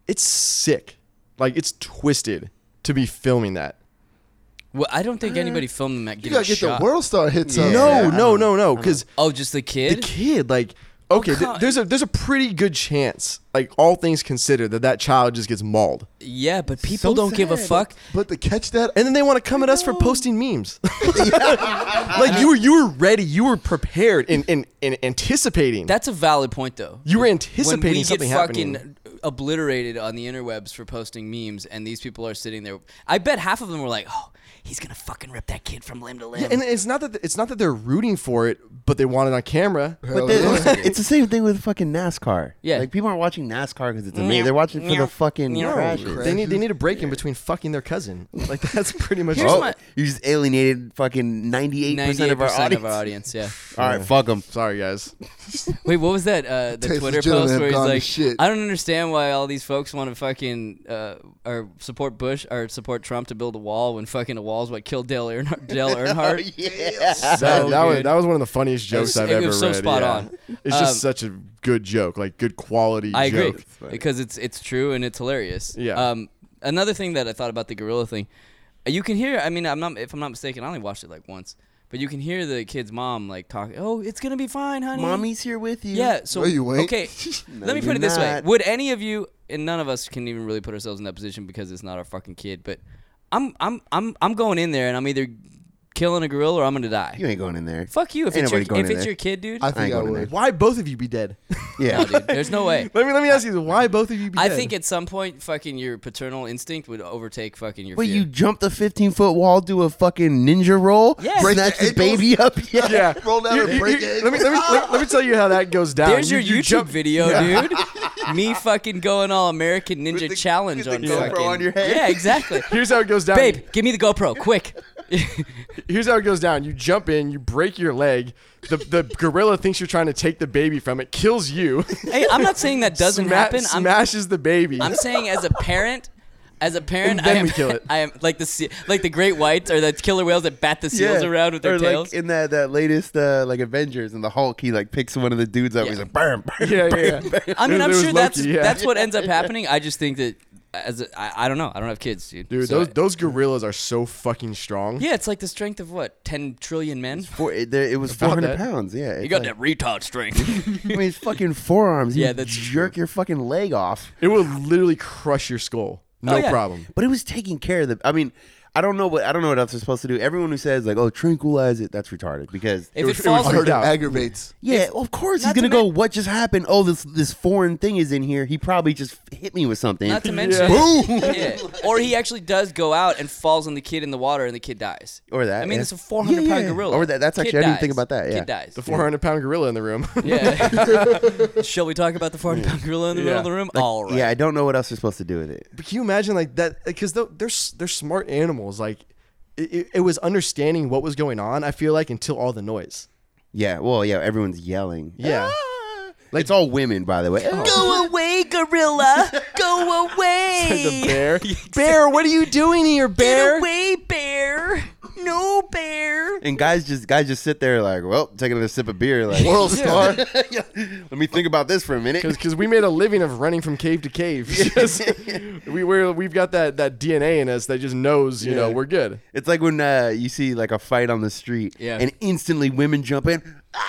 it's sick, like it's twisted to be filming that. Well, I don't think anybody filmed them at You getting gotta get shot. the world star hits up. no, man. no, no, no, because. Oh, just the kid. the kid like okay th- God. there's a there's a pretty good chance like all things considered that that child just gets mauled yeah, but people don't give a sad. fuck. But to catch that, and then they want to come at us for posting memes like you were you were ready you were prepared and and, and anticipating That's a valid point, though. you were when anticipating we get something fucking happening obliterated on the interwebs for posting memes, and these people are sitting there, I bet half of them were like, "Oh, he's gonna fucking rip that kid from limb to limb." Yeah, and it's not that it's not that they're rooting for it but they want it on camera But then, it's the same thing with fucking NASCAR. Yeah. like people aren't watching NASCAR because it's amazing. They're watching for the fucking crashes. they need they need a break in between fucking their cousin like that's pretty much Here's Oh, my- You just alienated fucking ninety eight percent of our 98% audience. of our audience, yeah. All right, fuck them. sorry guys Wait, what was that? Uh, the Tasteless Twitter gentlemen post have where he's gone to like, shit. "I don't understand why all these folks want to fucking uh, or support Bush or support Trump to build a wall when fucking a wall's what killed Dale Earnhardt." Dale Earnhardt. Yeah. So that, that was good. that was one of the funniest jokes was- I've it ever was so read. spot yeah. on. It's just Um, such a good joke, like good quality. I joke. agree because it's it's true and it's hilarious. Yeah. Um, another thing that I thought about the gorilla thing, uh, you can hear. I mean, I'm not if I'm not mistaken, I only watched it like once, but you can hear the kid's mom like talk. Oh, it's gonna be fine, honey. Mommy's here with you. Yeah. So No, you ain't. okay, let me you're put it this way: not. Would any of you, and none of us can even really put ourselves in that position because it's not our fucking kid, but I'm I'm I'm I'm going in there and I'm either killing a gorilla or I'm gonna die. you ain't going in there. Fuck you if Ain't it's your nobody going if in it's there. your kid, dude. I I ain't think I, going in would. Why both of you be dead? Yeah, No, dude, there's no way. let me let me ask you this: Why both of you be I dead? think at some point, fucking your paternal instinct would overtake fucking your. Wait, fear. you jump the 15 foot wall, do a fucking ninja roll, Yes. break snatch the baby up? Yeah. yeah. Roll down You- and you- break you- it. Let me let me let, let me tell you how that goes down. There's your You- you YouTube jump- video, dude. Me fucking going all American Ninja the- Challenge with the on GoPro fucking. on your head. Yeah, exactly. Here's how it goes down. Babe, give me the GoPro, quick. Here's how it goes down. You jump in, you break your leg. The the gorilla thinks you're trying to take the baby from it, kills you, hey, I'm not saying that doesn't sma- happen. I'm smashes the baby. I'm saying as a parent, as a parent, And then I am, we kill it. I am like the se- like the great whites or the killer whales that bat the seals around with their or tails. Like in that, that latest uh, like Avengers and the Hulk, he like picks one of the dudes up. Yeah. He's like, bam, bam. yeah, yeah. yeah. I mean, There I'm was sure that's Loki, yeah. that's what ends up happening. I just think that as a, I, I don't know, I don't have kids, dude. Dude, So those those gorillas are so fucking strong. yeah, it's like the strength of what ten trillion men. Four, it, there, it was 400 that. pounds. Yeah. You it's got like- that retard strength. I mean, it's fucking forearms. You Yeah, that's jerk your fucking leg off. It will literally crush your skull. No Oh, yeah. problem. But it was taking care of the. I mean, I don't know what I don't know what else they're supposed to do. Everyone who says like, "Oh, tranquilize it," that's retarded because if it was- it falls, was hard Heard it out. aggravates. Yeah, of course he's not to gonna go. What just happened? Oh, this this foreign thing is in here. He probably just hit me with something. Not to mention, Boom! Yeah. Or he actually does go out and falls on the kid in the water, and the kid dies. Or that, I mean, yeah. it's a 400 pound Yeah, yeah. gorilla. Or that- that's Kid actually- I didn't think dies. about that, yeah. Kid dies. The 400 pound gorilla in the room. Yeah. Shall we talk about the 400 pound gorilla in the middle Yeah. of the room? All right. Yeah, I don't know what else they're supposed to do with it. But can you imagine like that? Because they're they're s- they're smart animals. Like it, it, it was understanding what was going on. I feel like until all the noise. Yeah, well, yeah, everyone's yelling. Ah! Yeah. Oh. Like, it's all women, by the way. Go away, gorilla. Go Go away. the bear. Bear, what are you doing here, Get bear? away, bear. No, bear. And guys just guys just sit there like, well, taking a sip of beer, like World star. Yeah. Let me think about this for a minute. Because we made a living of running from cave to cave. Just- we we're, we've got that, that DNA in us that just knows, you know, Yeah. we're good. It's like when uh, you see like a fight on the street, Yeah. and instantly women jump in,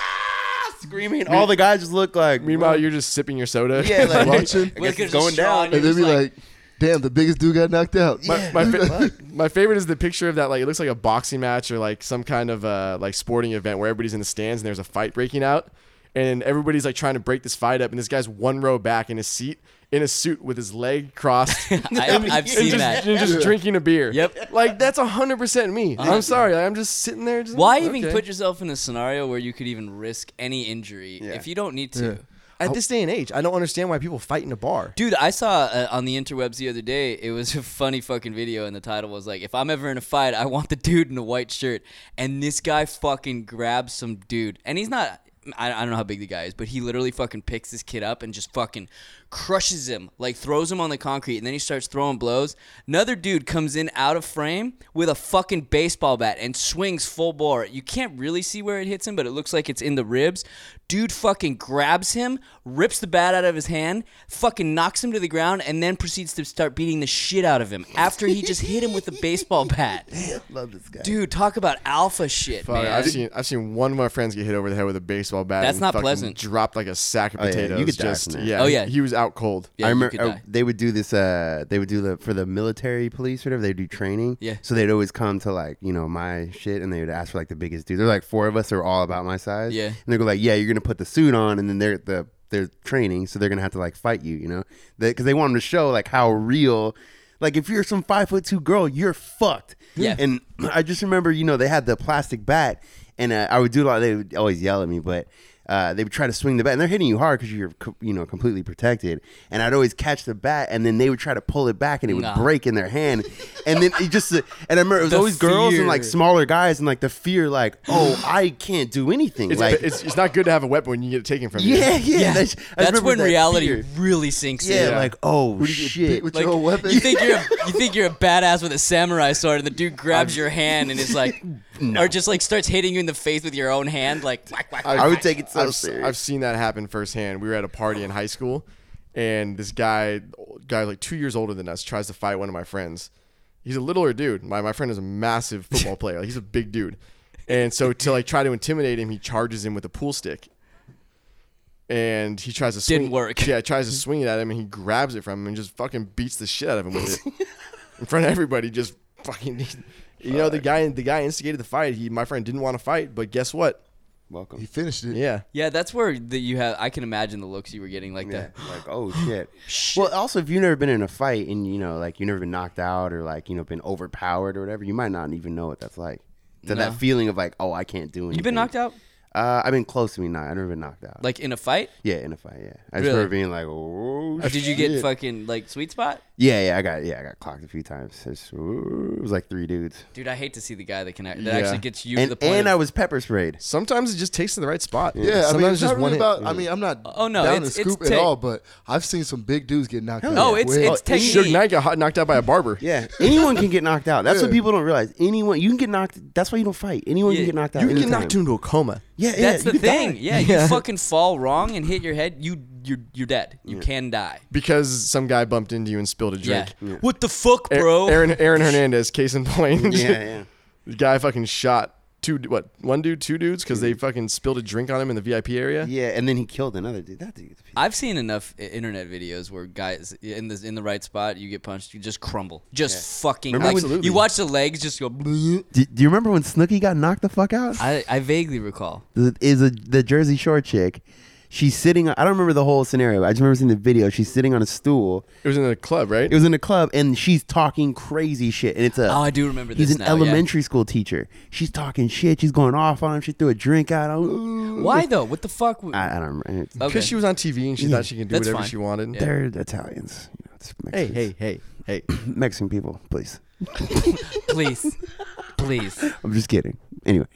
ah, screaming. All the guys just look like, Meanwhile, you're just sipping your soda. yeah, like, I guess Watching. Look, it's there's a going straw down. in and You're they be just like, "Damn, the biggest dude got knocked out." My, my, fa- my favorite is the picture of that like it looks like a boxing match or like some kind of uh, like sporting event where everybody's in the stands and there's a fight breaking out and everybody's like trying to break this fight up and this guy's one row back in his seat in a suit with his leg crossed and I, I've seen just, that. and just drinking a beer. Yep. Uh-huh. Like that's hundred percent me. I'm sorry. Like, I'm just sitting there. Just, Why even okay. put yourself in a scenario where you could even risk any injury if you don't need to? at this day and age? I don't understand why people fight in a bar. Dude, I saw uh, on the interwebs the other day. It was a funny fucking video, and the title was like, "If I'm ever in a fight, I want the dude in a white shirt." And this guy fucking grabs some dude, and he's not. I, I don't know how big the guy is, but he literally fucking picks this kid up and just fucking crushes him, like throws him on the concrete, and then he starts throwing blows. Another dude comes in out of frame with a fucking baseball bat and swings full bore. You can't really see where it hits him, but it looks like it's in the ribs. Dude fucking grabs him, rips the bat out of his hand, fucking knocks him to the ground, and then proceeds to start beating the shit out of him after he just hit him with the baseball bat. love this guy. Dude, talk about alpha shit, Fuck, man. I've seen I've seen one of my friends get hit over the head with a baseball bat. That's and not fucking pleasant. Dropped like a sack of yeah, you potatoes. could die just from that. yeah. Oh, he- yeah. He, was out cold. Yeah, I you remember could die. they would do this. Uh, they would do the for the military police, whatever. They would do training. Yeah. So they'd always come to like you know my shit, and they would ask for like the biggest dude. They're like four of us are all about my size. Yeah. And they go like, yeah, you're gonna put the suit on, and then they're the they're training, so they're gonna have to like fight you, you know, because they want them to show like how real. Like if you're some five foot two girl, you're fucked. Yeah. And I just remember, you know, they had the plastic bat, and uh, I would do a lot. They would always yell at me, but uh, they would try to swing the bat, and they're hitting you hard because you're, co- you know, completely protected. And I'd always catch the bat, and then they would try to pull it back, and it would Nah. break in their hand. and then it just, uh, and I remember it was The always girls and like fear. smaller guys, and like the fear, like, oh, I can't do anything. It's, like, it's, it's not good to have a weapon when you get it taken from you. yeah, yeah. That's, I That's remember when that reality fear. really sinks Yeah, in. like oh do you get shit. beat with Like, your own weapon. You think you're a, you think you're a badass with a samurai sword, and the dude grabs your hand and is like, or just like starts hitting you in the face with your own hand, like whack, whack, I would take it so I've, s- serious. I've seen that happen firsthand. We were at a party in high school, and this guy, guy like two years older than us, tries to fight one of my friends. He's a littler dude. My my friend is a massive football player. Like, he's a big dude, and so to like try to intimidate him, he charges him with a pool stick. And he tries to swing. Didn't work. Yeah, tries to swing it at him, and he grabs it from him and just fucking beats the shit out of him with it in front of everybody. Just fucking, you know, the guy the guy instigated the fight. He my friend didn't want to fight, but guess what? he Welcome. finished it. Yeah, Yeah, that's where the, you have. I can imagine the looks you were getting like Yeah, that. like oh shit. Well, also if you've never been in a fight and you know like you've never been knocked out or like you know been overpowered or whatever, you might not even know what that's like. So No. that feeling of like oh I can't do anything. You've been knocked out, Uh, I've been close to me not. I've never been knocked out. like in a fight. yeah, in a fight. Yeah, I just Really? remember being like oh. Or did you get shit. fucking like sweet spot? Yeah, yeah. I got yeah. I got clocked a few times. It's- ooh, it was like three dudes. Dude, I hate to see the guy that can act, that Yeah. actually gets you to And the point. and of- I was pepper sprayed. Sometimes it just takes to the right spot. Yeah, I sometimes mean, it's just not one really hit. about. I mean, I'm not. Oh, no, down it's- to it's scoop tech- at all. But I've seen some big dudes get knocked out. yeah. Oh, it's- quick. it's tech- Suge Knight got hot- knocked out by a barber. Yeah, anyone can get knocked out. That's what Yeah. people don't realize. Anyone, you can get knocked. That's why you don't fight. Anyone Yeah. can get knocked out. You can get anytime. knocked into a coma. Yeah, yeah, that's you the could die. thing. Yeah, you fucking fall wrong and hit your head. You you're you're dead. You can die. Because some guy bumped into you and spilled a Yeah. drink. What the fuck, A- bro? Aaron Aaron Hernandez, case in point. Yeah, yeah. the guy fucking shot two what one dude, two dudes because they fucking spilled a drink on him in the VIP area. Yeah, and then he killed another dude. That dude's a piece- I've seen enough i- internet videos where guys in the in the right spot, you get punched, you just crumble, just fucking. Remember like, when- you watch the legs just go. bleh. Do, do you remember when Snooki got knocked the fuck out? I I vaguely recall. The- Is a the Jersey Shore chick? She's sitting. on- I don't remember the whole scenario. I just remember seeing the video. She's sitting on a stool. It was in a club, right? It was in a club, and she's talking crazy shit. And it's a Oh, I do remember He's this an now, yeah. elementary school teacher. She's talking shit. She's going off on him. She threw a drink at him. Why though? What the fuck? w- I, I don't remember. It's- Okay. because she was on TV and she thought she could do That's whatever fine. she wanted. They're Italians. You know, it's Hey, Mexicans. hey, hey, hey! Mexican people, please. Please, please. I'm just kidding. Anyway,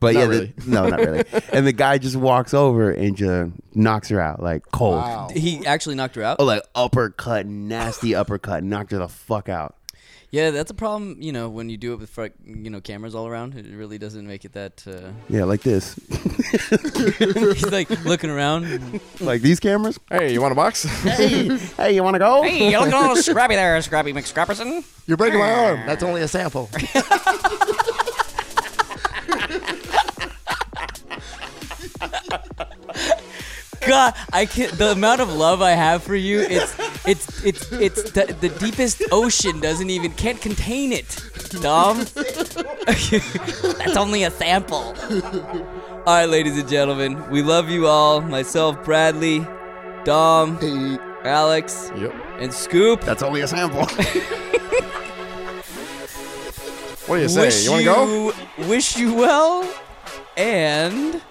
But Not yeah, really. the, no, not really. and the guy just walks over and just knocks her out like cold. He actually knocked her out. Oh, like uppercut, nasty uppercut, knocked her the fuck out. Yeah, that's a problem. You know, when you do it with front, you know cameras all around, it really doesn't make it that. Uh, Yeah, like this. he's like looking around. like these cameras. Hey, you want a box? Hey, hey, you want to go? Hey, you look all scrappy there, Scrappy McScrapperson. You're breaking my arm. That's only a sample. God, I can The amount of love I have for you, it's it's it's it's the, the deepest ocean doesn't even can't contain it. Dom, That's only a sample. all right, ladies and gentlemen, we love you all. Myself, Bradley, Oh, Dom, Alex, yep. and Scoop. That's only a sample. What do you say? wish you want to go? you- Wish you well, and.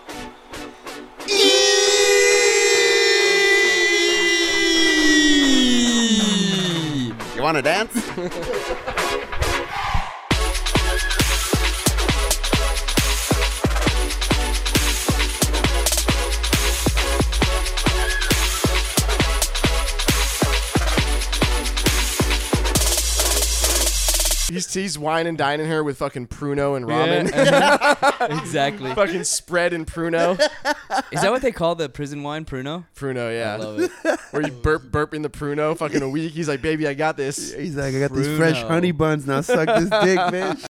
you want to dance? He's, he's wine and dining her with fucking Pruno and ramen. exactly. fucking spread and Pruno. Is that what they call the prison wine, Pruno? Pruno, I yeah. love it. Where you burp burp in the Pruno fucking a week. He's like, baby, I got this. He's like, I got these fresh Bruno. honey buns. Now suck this dick, bitch.